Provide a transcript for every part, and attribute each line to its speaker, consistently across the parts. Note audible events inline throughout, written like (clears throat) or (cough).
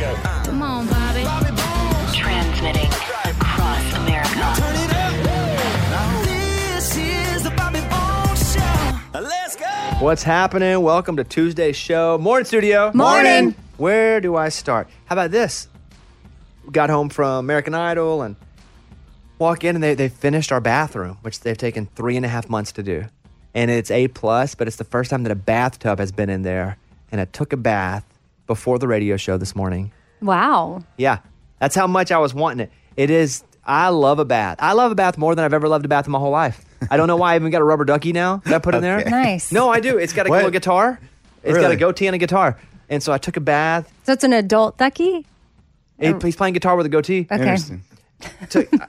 Speaker 1: go.
Speaker 2: Come on, Bobby.
Speaker 3: Transmitting across America.
Speaker 4: Turn it up. This is the Bobby Bones Show. Let's go.
Speaker 5: What's happening? Welcome to Tuesday's show. Morning, studio.
Speaker 2: Morning.
Speaker 5: Where do I start? How about this? Got home from American Idol and walk in and they, they finished our bathroom, which they've taken three and a half months to do. And it's A plus, but it's the first time that a bathtub has been in there. And I took a bath before the radio show this morning.
Speaker 2: Wow.
Speaker 5: Yeah. That's how much I was wanting it. It is I love a bath. I love a bath more than I've ever loved a bath in my whole life. I don't know why I even got a rubber ducky now that I put in there.
Speaker 2: (laughs) Okay. Nice.
Speaker 5: No, I do. It's got a
Speaker 1: What?
Speaker 5: little guitar. It's got
Speaker 1: Really?
Speaker 5: a goatee and a guitar. And so I took a bath.
Speaker 2: So it's an adult ducky?
Speaker 5: Hey, He's playing guitar with a goatee.
Speaker 2: Okay.
Speaker 1: Interesting.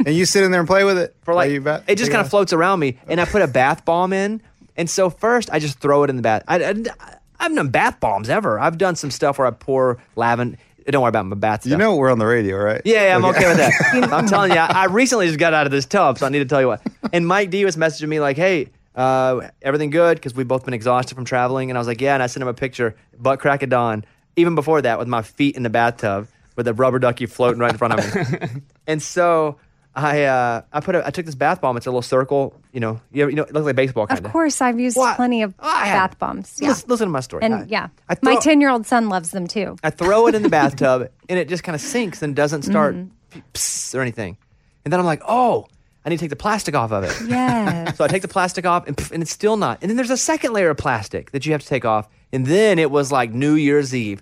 Speaker 1: and you sit in there and play with it
Speaker 5: For like,
Speaker 1: Play your bat-
Speaker 5: it just
Speaker 1: take
Speaker 5: kind of
Speaker 1: off?
Speaker 5: floats around me. And I put a bath bomb in. And so first, I just throw it in the bath. I, I, I haven't done bath bombs ever. I've done some stuff where I pour lavender. Don't worry about my bath stuff.
Speaker 1: You know we're on the radio, right?
Speaker 5: Yeah, yeah I'm okay. with
Speaker 1: (laughs)
Speaker 5: that. I'm telling you, I, I recently just got out of this tub, so I need to tell you what. And Mike D was messaging me like, "Hey, uh, everything good?" Because we've both been exhausted from traveling. And I was like, "Yeah." And I sent him a picture, butt crack of dawn, even before that, with my feet in the bathtub with a rubber ducky floating right in front of me. and so I, uh, I put, a, I took this bath bomb. It's a little circle, you know, you, ever- you know, it looks like baseball kind
Speaker 2: Of course, I've used plenty of bath bombs. Yeah.
Speaker 5: Listen, listen to my story. I-
Speaker 2: And yeah,
Speaker 5: I
Speaker 2: my
Speaker 5: throw-
Speaker 2: 10 year old son loves them too.
Speaker 5: I throw it
Speaker 2: (laughs)
Speaker 5: in the bathtub and it just kind of sinks and doesn't start
Speaker 2: Mm-hmm.
Speaker 5: pss or anything. And then I'm like, oh, I need to take the plastic off of it.
Speaker 2: Yes.
Speaker 5: So I take the plastic off and, pff, and it's still not. And then there's a second layer of plastic that you have to take off. And then it was like New Year's
Speaker 2: (laughs)
Speaker 5: Eve.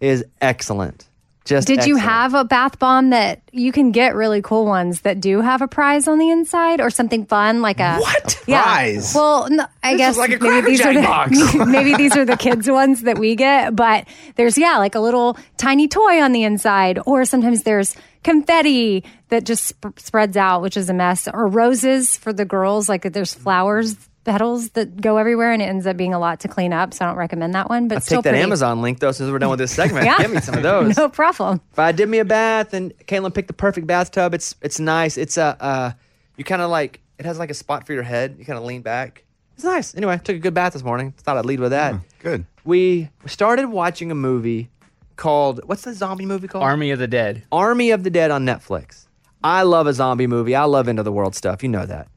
Speaker 5: is excellent. Just
Speaker 2: Did you
Speaker 5: excellent.
Speaker 2: have a bath bomb that you can get really cool ones that do have a prize on the inside or something fun like a
Speaker 5: What?
Speaker 2: (laughs) Yeah.
Speaker 1: prize?
Speaker 2: Well, no, I
Speaker 5: This
Speaker 2: guess
Speaker 5: is like a
Speaker 2: maybe
Speaker 5: Cracker
Speaker 2: these are the,
Speaker 5: Jack box.
Speaker 2: (laughs) maybe these are the kids ones that we get, but there's yeah, like a little tiny toy on the inside or sometimes there's confetti that just sp- spreads out, which is a mess, or roses for the girls like there's flowers petals that go everywhere and it ends up being a lot to clean up, so I don't recommend that one, but
Speaker 5: I'll
Speaker 2: still
Speaker 5: take that
Speaker 2: pretty.
Speaker 5: Amazon link though, since we're done with this
Speaker 2: (laughs)
Speaker 5: segment.
Speaker 2: Yeah.
Speaker 5: Give me some of
Speaker 2: (laughs)
Speaker 5: those.
Speaker 2: No problem.
Speaker 5: But I did me a bath, and Caitlin picked the perfect bathtub. It's it's nice. It's a uh, you kind of like it has like a spot for your head. You kind of lean back. It's nice. Anyway, I took a good bath this morning. Thought I'd lead with that.
Speaker 1: Good.
Speaker 5: We started watching a movie called what's the zombie movie called?
Speaker 6: Army of the Dead.
Speaker 5: Army of the Dead on Netflix. I love a zombie movie. I love end of the world stuff. You know that.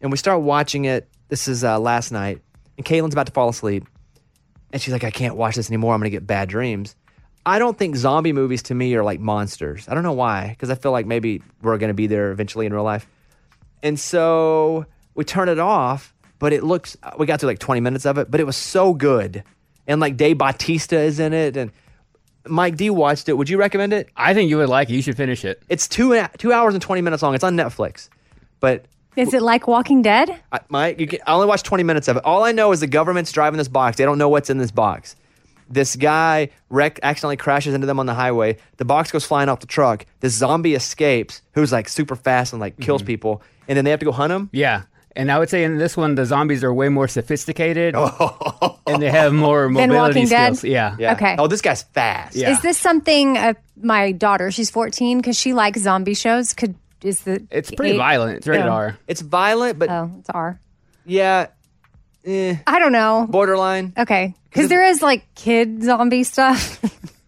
Speaker 5: And we start watching it. This is uh, last night, and Caitlin's about to fall asleep, and she's like, "I can't watch this anymore. I'm gonna get bad dreams." I don't think zombie movies to me are like monsters. I don't know why, because I feel like maybe we're gonna be there eventually in real life. And so we turn it off, but it looks, we got to like 20 minutes of it, but it was so good. And like Dave Bautista is in it, and Mike D watched it. Would you recommend it?
Speaker 6: I think you would like it. You should finish it.
Speaker 5: It's two and a- two hours and twenty minutes long. It's on Netflix, but
Speaker 2: Is it like Walking Dead?
Speaker 5: I, Mike, you can, I only watched twenty minutes of it. All I know is the government's driving this box. They don't know what's in this box. This guy wreck accidentally crashes into them on the highway. The box goes flying off the truck. This zombie escapes, who's like super fast and like
Speaker 6: Mm-hmm.
Speaker 5: kills people, and then they have to go hunt him.
Speaker 6: Yeah. And I would say in this one, the zombies are way more sophisticated and they have more
Speaker 2: Than
Speaker 6: mobility
Speaker 2: Walking Dead?
Speaker 6: skills. Yeah.
Speaker 5: Yeah.
Speaker 2: Okay.
Speaker 5: Oh, this guy's fast.
Speaker 6: Yeah.
Speaker 2: Is this something uh, my daughter? She's 14 because she likes zombie shows. Could is the
Speaker 6: It's pretty
Speaker 2: it-
Speaker 6: violent. It's rated
Speaker 2: yeah.
Speaker 6: R.
Speaker 5: It's violent, but
Speaker 2: Oh, it's R.
Speaker 5: yeah,
Speaker 2: I don't know.
Speaker 5: borderline.
Speaker 2: Okay, because there is like kid zombie stuff.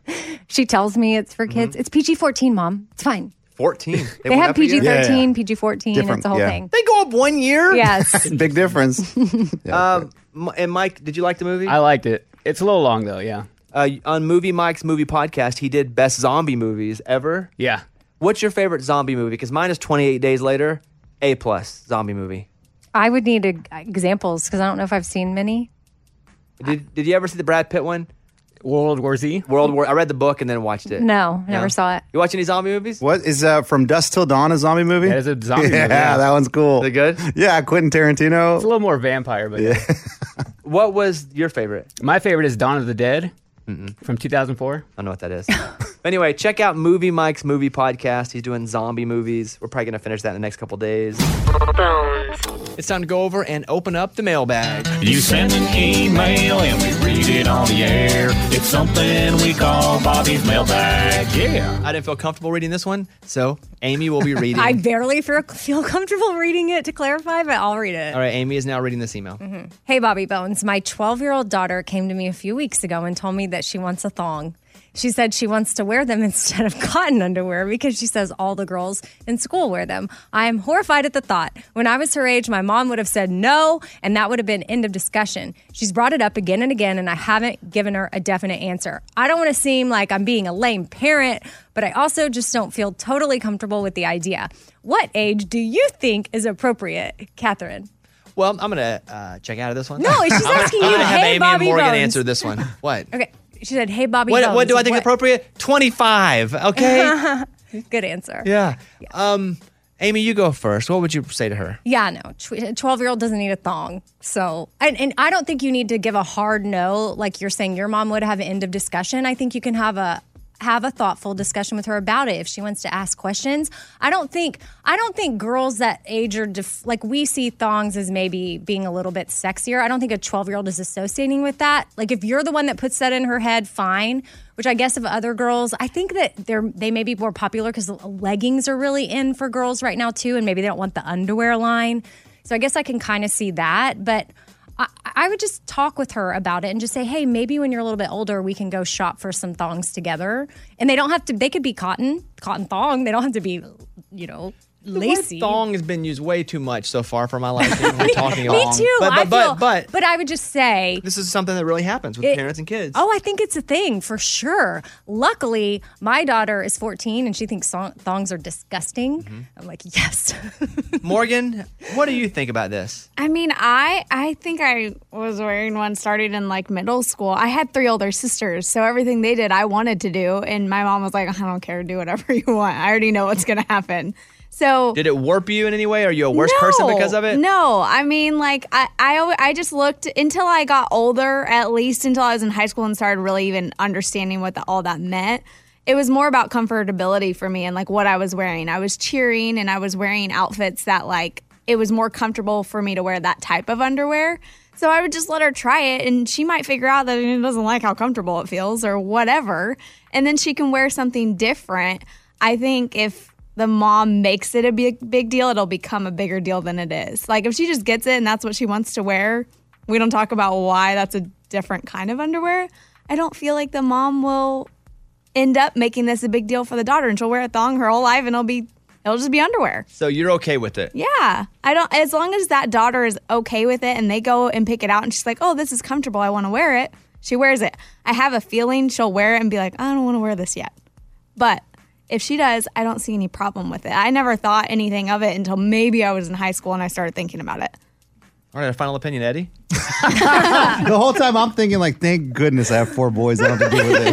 Speaker 2: (laughs) she tells me it's for kids. It's PG 14, mom. It's fine.
Speaker 5: Fourteen.
Speaker 2: (laughs) They,
Speaker 5: went
Speaker 2: have
Speaker 5: up a year?
Speaker 2: PG 13,
Speaker 1: Yeah, yeah.
Speaker 2: PG 14. It's
Speaker 1: Different,
Speaker 2: a whole
Speaker 1: yeah.
Speaker 2: thing.
Speaker 5: They go up one year. (laughs)
Speaker 1: (laughs)
Speaker 2: Yes.
Speaker 1: Big difference. Yeah,
Speaker 5: Um, M- and Mike, did you like the movie?
Speaker 6: I liked it. It's a little long though. Yeah.
Speaker 5: uh, on Movie Mike's movie podcast, he did best zombie movies ever.
Speaker 6: Yeah.
Speaker 5: What's your favorite zombie movie? Because mine is 28 Days Later, A plus zombie movie.
Speaker 2: I would need a, examples because I don't know if I've seen many.
Speaker 5: Did, did you ever see the Brad Pitt one?
Speaker 6: World War Z.
Speaker 5: World War. I read the book and then watched it.
Speaker 2: No, never saw it.
Speaker 5: You watch any zombie movies?
Speaker 1: What is uh, from Dust Till Dawn a zombie movie?
Speaker 6: That is a zombie
Speaker 1: (laughs)
Speaker 6: movie,
Speaker 1: yeah,
Speaker 6: yeah.
Speaker 1: that one's cool.
Speaker 5: Is it good?
Speaker 1: Yeah, Quentin Tarantino.
Speaker 6: It's a little more vampire, but yeah.
Speaker 5: What was your favorite?
Speaker 6: my favorite is Dawn of the Dead from 2004.
Speaker 5: I don't know what that is. anyway, check out Movie Mike's movie podcast. He's doing zombie movies. We're probably gonna finish that in the next couple days.
Speaker 3: Bones.
Speaker 5: It's time to go over and open up the mailbag.
Speaker 7: You send an email and we read it on the air. It's something we call Bobby's mailbag. Yeah.
Speaker 5: I didn't feel comfortable reading this one, so
Speaker 2: (laughs)
Speaker 5: Amy will be reading.
Speaker 2: I barely feel, feel comfortable reading it to clarify, but I'll read it.
Speaker 5: All right, Amy is now reading this email.
Speaker 2: Mm-hmm. Hey, Bobby Bones. My 12 year old daughter came to me a few weeks ago and told me that she wants a thong. She said she wants to wear them (laughs) instead of cotton underwear because she says all the girls in school wear them. I am horrified at the thought. When I was her age, my mom would have said no, and that would have been end of discussion. She's brought it up again and again, and I haven't given her a definite answer. I don't want to seem like I'm being a lame parent, but I also just don't feel totally comfortable with the idea. What age do you think is appropriate, Catherine?
Speaker 5: Well, I'm gonna uh, check out of this one.
Speaker 2: No, she's
Speaker 5: (laughs) I'm gonna-
Speaker 2: asking
Speaker 5: I'm
Speaker 2: you,
Speaker 5: gonna have
Speaker 2: hey,
Speaker 5: Amy
Speaker 2: Bobby
Speaker 5: and Morgan
Speaker 2: Bones.
Speaker 5: answer this one. What?
Speaker 2: Okay, she said, "Hey, Bobby,
Speaker 5: What,
Speaker 2: Bones,
Speaker 5: what do I think is
Speaker 2: what-
Speaker 5: appropriate? 25.
Speaker 2: (laughs)
Speaker 5: Okay.
Speaker 2: Good answer.
Speaker 5: yeah. Um, Amy, you go first. What would you say to her?
Speaker 2: Yeah, no. tw- 12 year old doesn't need a thong. So, and, and I don't think you need to give a hard no, like you're saying your mom would have an end of discussion. I think you can have a, have a thoughtful discussion with her about it if she wants to ask questions. I don't think I don't think girls that age are def- like we see thongs as maybe being a little bit sexier. I don't think a 12-year-old is associating with that. Like if you're the one that puts that in her head, fine, which I guess of other girls, I think that they're they may be more popular because leggings are really in for girls right now too, and maybe they don't want the underwear line. So I guess I can kind of see that, but I, I would just talk with her about it and just say, hey, maybe when you're a little bit older, we can go shop for some thongs together. And they don't have to. They could be cotton, cotton thong. They don't have to be, you know, lacy.
Speaker 5: The word thong has been used way too much so far for my life. We're
Speaker 2: (laughs)
Speaker 5: talking
Speaker 2: Me
Speaker 5: along.
Speaker 2: too.
Speaker 5: But,
Speaker 2: I
Speaker 5: but,
Speaker 2: feel,
Speaker 5: but, but,
Speaker 2: but I would just say,
Speaker 5: this is something that really happens with parents and kids.
Speaker 2: Oh, I think it's a thing for sure. Luckily, my daughter is 14 and she thinks song- thongs are disgusting.
Speaker 5: Mm-hmm.
Speaker 2: I'm like, yes. (laughs)
Speaker 5: (laughs) Morgan, what do you think about this?
Speaker 8: I mean, I I think I was wearing one starting in like middle school. I had three older sisters, so everything they did, I wanted to do, and my mom was like, "I don't care, do whatever (laughs) you want. I already know what's gonna happen."
Speaker 2: Oh.
Speaker 8: So
Speaker 5: Did it warp you in any way? Are you a worse person because of it?
Speaker 8: No, I mean, like I, I, al- I just looked until I got older, at least until I was in high school and started really even understanding what the, all that meant. It was more about comfortability for me and like what I was wearing. I was cheering and I was wearing outfits that like it was more comfortable for me to wear that type of underwear. So I would just let her try it and she might figure out that she doesn't like how comfortable it feels or whatever. And then she can wear something different. I think if the mom makes it a big big deal, it'll become a bigger deal than it is. Like if she just gets it and that's what she wants to wear, we don't talk about why that's a different kind of underwear. I don't feel like the mom will end up making this a big deal for the daughter and she'll wear a thong her whole life and it'll be it'll just be underwear.
Speaker 5: So you're okay with it?
Speaker 8: Yeah. I don't as long as that daughter is okay with it and they go and pick it out and she's like, "Oh, this is comfortable. I want to wear it." She wears it. I have a feeling she'll wear it and be like, "I don't want to wear this yet." But if she does, I don't see any problem with it. I never thought anything of it until maybe I was in high school and I started thinking about it.
Speaker 5: All right, a final opinion, Eddie.
Speaker 1: The whole time I'm thinking, like, thank goodness I have four boys. I don't have to deal with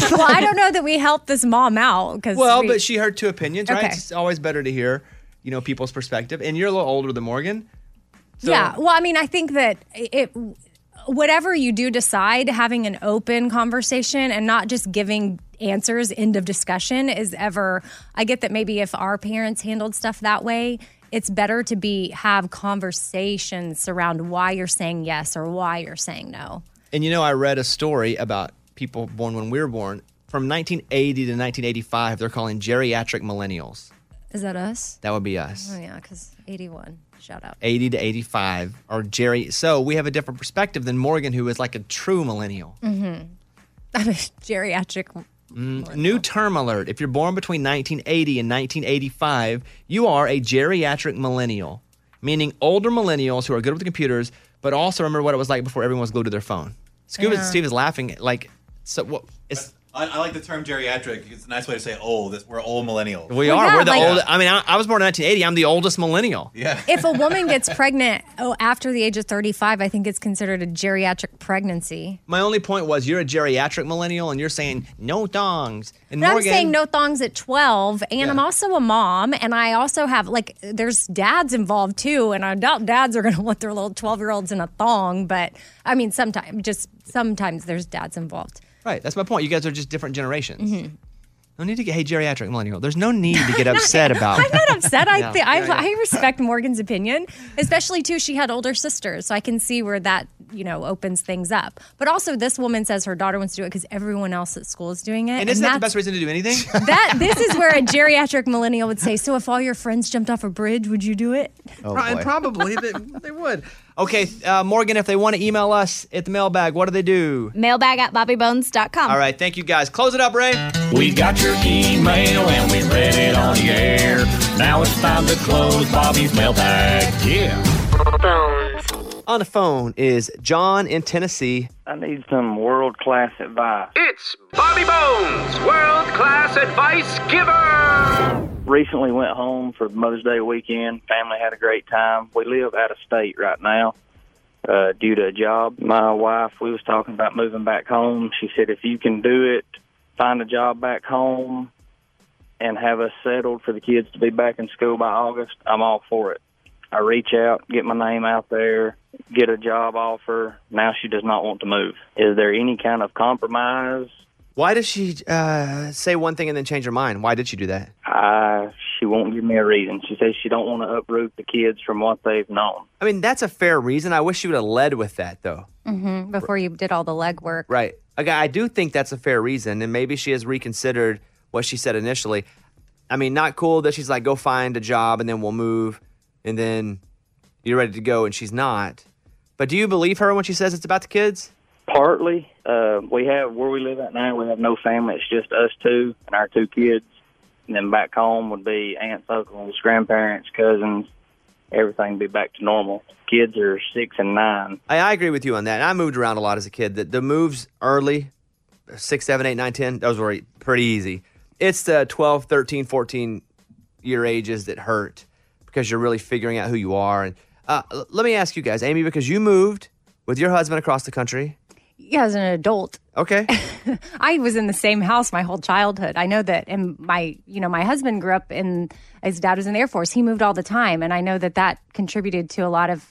Speaker 1: this.
Speaker 2: well, I don't know that we helped this mom out because
Speaker 5: Well, but she heard two opinions, right?
Speaker 2: Okay.
Speaker 5: It's always better to hear, you know, people's perspective. And you're a little older than Morgan. So
Speaker 2: Yeah. Well, I mean, I think that it, whatever you do decide, having an open conversation and not just giving answers, end of discussion is ever, I get that maybe if our parents handled stuff that way, it's better to be have conversations around why you're saying yes or why you're saying no.
Speaker 5: And you know, I read a story about people born when we were born. From 1980 to 1985, they're calling geriatric millennials.
Speaker 2: Is that us?
Speaker 5: That would be us.
Speaker 2: Oh, yeah, because 81. Shout out.
Speaker 5: 80 to 85 or Jerry. So we have a different perspective than Morgan, who is like a true millennial.
Speaker 2: (laughs)
Speaker 5: Mm,
Speaker 2: I'm a Mm-hmm. geriatric.
Speaker 5: New term alert. If you're born between 1980 and 1985, you are a geriatric millennial, meaning older millennials who are good with computers, but also remember what it was like before everyone was glued to their phone. Scuba Steve is laughing. Like, so what? It's,
Speaker 9: I, I like the term geriatric. It's a nice way to say old. This, we're old millennials.
Speaker 5: we
Speaker 2: Well,
Speaker 5: are.
Speaker 2: yeah,
Speaker 5: We're the
Speaker 2: like-
Speaker 5: old. I mean, I, I was born in 1980. I'm the oldest millennial.
Speaker 9: yeah.
Speaker 2: If a woman gets pregnant oh, after the age of 35, I think it's considered a geriatric pregnancy.
Speaker 5: My only point was you're a geriatric millennial, and you're saying no thongs. And
Speaker 2: But I'm
Speaker 5: Morgan,
Speaker 2: saying no thongs at 12, and I'm
Speaker 5: Yeah.
Speaker 2: also a mom, and I also have like there's dads involved too, and I doubt dads are going to want their little 12 year olds in a thong, but I mean sometimes just sometimes there's dads involved.
Speaker 5: Right. That's my point. You guys are just different
Speaker 2: Mm-hmm.
Speaker 5: generations. No need to get, hey, geriatric millennial. There's no need to
Speaker 2: (laughs)
Speaker 5: get upset about
Speaker 2: I'm not (laughs) upset.
Speaker 5: (laughs)
Speaker 2: I,
Speaker 5: Yeah.
Speaker 2: thi- I,
Speaker 5: Yeah, yeah.
Speaker 2: I respect Morgan's opinion, especially too. She had older sisters, so I can see where that you know opens things up. But also, this woman says her daughter wants to do it because everyone else at school is doing it,
Speaker 5: And isn't that the
Speaker 2: that's-
Speaker 5: best reason to
Speaker 2: (laughs)
Speaker 5: do anything? (laughs)
Speaker 2: That this is where a geriatric millennial would say. So if all your friends jumped off a bridge, would you do it?
Speaker 1: Oh,
Speaker 5: Pro- and (laughs)
Speaker 1: boy.
Speaker 5: probably they, they would. Okay, uh, Morgan, if they want to email us at the mailbag, what do they do?
Speaker 8: Mailbag at bobbybones.com.
Speaker 5: All right, thank you guys. Close it up, Ray.
Speaker 7: We got your email and we read it on the air. Now it's time to close Bobby's mailbag. Yeah.
Speaker 3: Bones.
Speaker 5: On the phone is John in Tennessee.
Speaker 10: I need some world class advice.
Speaker 11: It's Bobby Bones, world class advice giver.
Speaker 10: Recently went home for Mother's Day weekend. Family had a great time. We live out of state right now uh, due to a job. My wife, we was talking about moving back home. She said, if you can do it, find a job back home and have us settled for the kids to be back in school by August, I'm all for it. I reach out, get my name out there, get a job offer. Now she does not want to move. Is there any kind of compromise?
Speaker 5: Why does she uh, say one thing and then change her mind? Why did she do that?
Speaker 10: I, Uh, she won't give me a reason. She says she don't want to uproot the kids from what they've known.
Speaker 5: I mean, that's a fair reason. I wish she would have led with that, though.
Speaker 2: hmm before you did all the legwork.
Speaker 5: Right. Okay, I do think that's a fair reason, and maybe she has reconsidered what she said initially. I mean, not cool that she's like, go find a job and then we'll move, and then you're ready to go, and she's not. But do you believe her when she says it's about the kids?
Speaker 10: Partly, uh, we have where we live at now. We have no family. It's just us two and our two kids. And then back home would be aunts, uncles, grandparents, cousins. Everything would be back to normal. Kids are six and nine.
Speaker 5: I, I agree with you on that. I moved around a lot as a kid. The, the moves early, 6, 7, 8, 9, 10, those were pretty easy. It's the 12, 13, 14 year ages that hurt because you're really figuring out who you are. And uh, l- Let me ask you guys, Amy, because you moved with your husband across the country.
Speaker 2: Yeah, as an adult, (laughs)
Speaker 5: Okay.
Speaker 2: I was in the same house my whole childhood. I know that, and my you know my husband grew up in his dad was in the Air Force. He moved all the time, and I know that that contributed to a lot of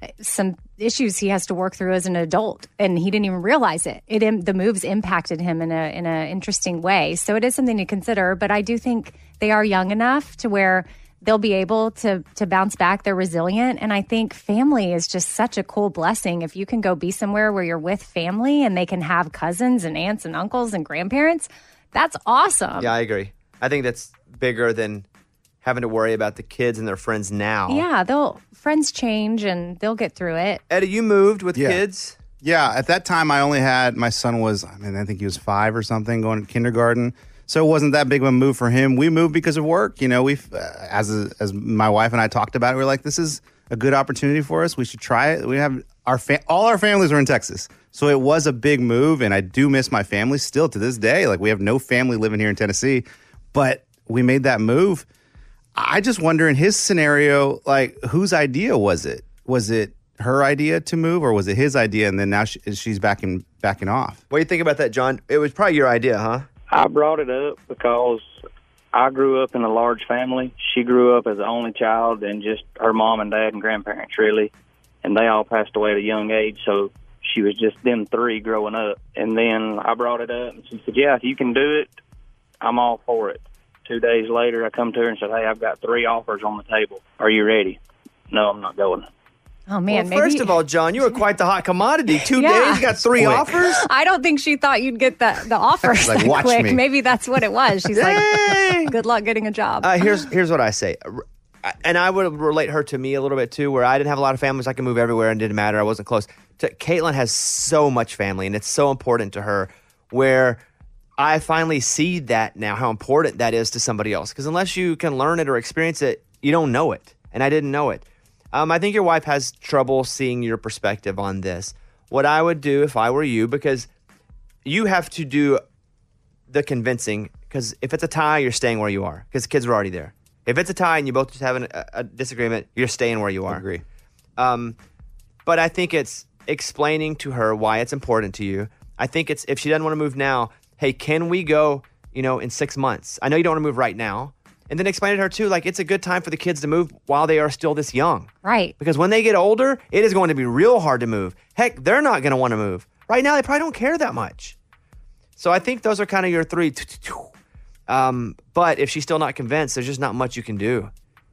Speaker 2: uh, some issues he has to work through as an adult, and he didn't even realize it. It im- the moves impacted him in a in an interesting way. So it is something to consider. But I do think they are young enough to where they'll be able to to bounce back. They're resilient, and I think family is just such a cool blessing. If you can go be somewhere where you're with family and they can have cousins and aunts and uncles and grandparents, that's awesome.
Speaker 5: Yeah, I agree. I think that's bigger than having to worry about the kids and their friends now.
Speaker 2: Yeah, they'll friends change and they'll get through it.
Speaker 5: Eddie, you moved with kids?
Speaker 1: Yeah, at that time I only had my son was I mean I think he was 5 or something going to kindergarten. So it wasn't that big of a move for him. We moved because of work, you know, we uh, as as my wife and I talked about it, we are like this is a good opportunity for us. We should try it. We have our fa- all our families are in Texas. So it was a big move and I do miss my family still to this day. Like we have no family living here in Tennessee, but we made that move. I just wonder in his scenario, like whose idea was it? Was it her idea to move, or was it his idea? And then now she, she's backing backing off.
Speaker 5: What do you think about that, John? It was probably your idea, huh?
Speaker 10: I brought it up because I grew up in a large family. She grew up as the only child and just her mom and dad and grandparents really, and they all passed away at a young age. So she was just them three growing up. And then I brought it up, and she said, "Yeah, if you can do it, I'm all for it." Two days later, I come to her and said, "Hey, I've got three offers on the table. Are you ready?" No, I'm not going.
Speaker 2: Oh man,
Speaker 5: well,
Speaker 2: maybe
Speaker 5: first of all, John, you were quite the
Speaker 2: (laughs)
Speaker 5: hot commodity. Two
Speaker 2: Yeah.
Speaker 5: days, you got three
Speaker 1: Quick.
Speaker 5: offers.
Speaker 2: (laughs) I don't think she thought you'd get the the offers
Speaker 1: (laughs) Like,
Speaker 2: that
Speaker 1: watch
Speaker 2: quick.
Speaker 1: me.
Speaker 2: Maybe that's what it was. She's
Speaker 5: Dang.
Speaker 2: like, good luck getting a job.
Speaker 5: Uh, here's here's what I say, Uh, and I would relate her to me a little bit too, where I didn't have a lot of families. I could move everywhere and it didn't matter. I wasn't close. To, Caitlin has so much family, and it's so important to her. Where I finally see that now, how important that is to somebody else. Because unless you can learn it or experience it, you don't know it. And I didn't know it. Um, I think your wife has trouble seeing your perspective on this. What I would do if I were you, because you have to do the convincing because if it's a tie, you're staying where you are because the kids were already there. If it's a tie and you both just have an, a, a disagreement, you're staying where you are. Agree. Um, but I think it's explaining to her why it's important to you. I think it's if she doesn't want to move now, hey, can we go? You know, in six months. I know you don't want to move right now, and then explain to her too, like it's a good time for the kids to move while they are still this young.
Speaker 2: right.
Speaker 5: Because when they get older, it is going to be real hard to move. Heck, they're not going to want to move. Right now, they probably don't care that much. So I think those are kind of your three. Um, but if she's still not convinced, there's just not much you can do.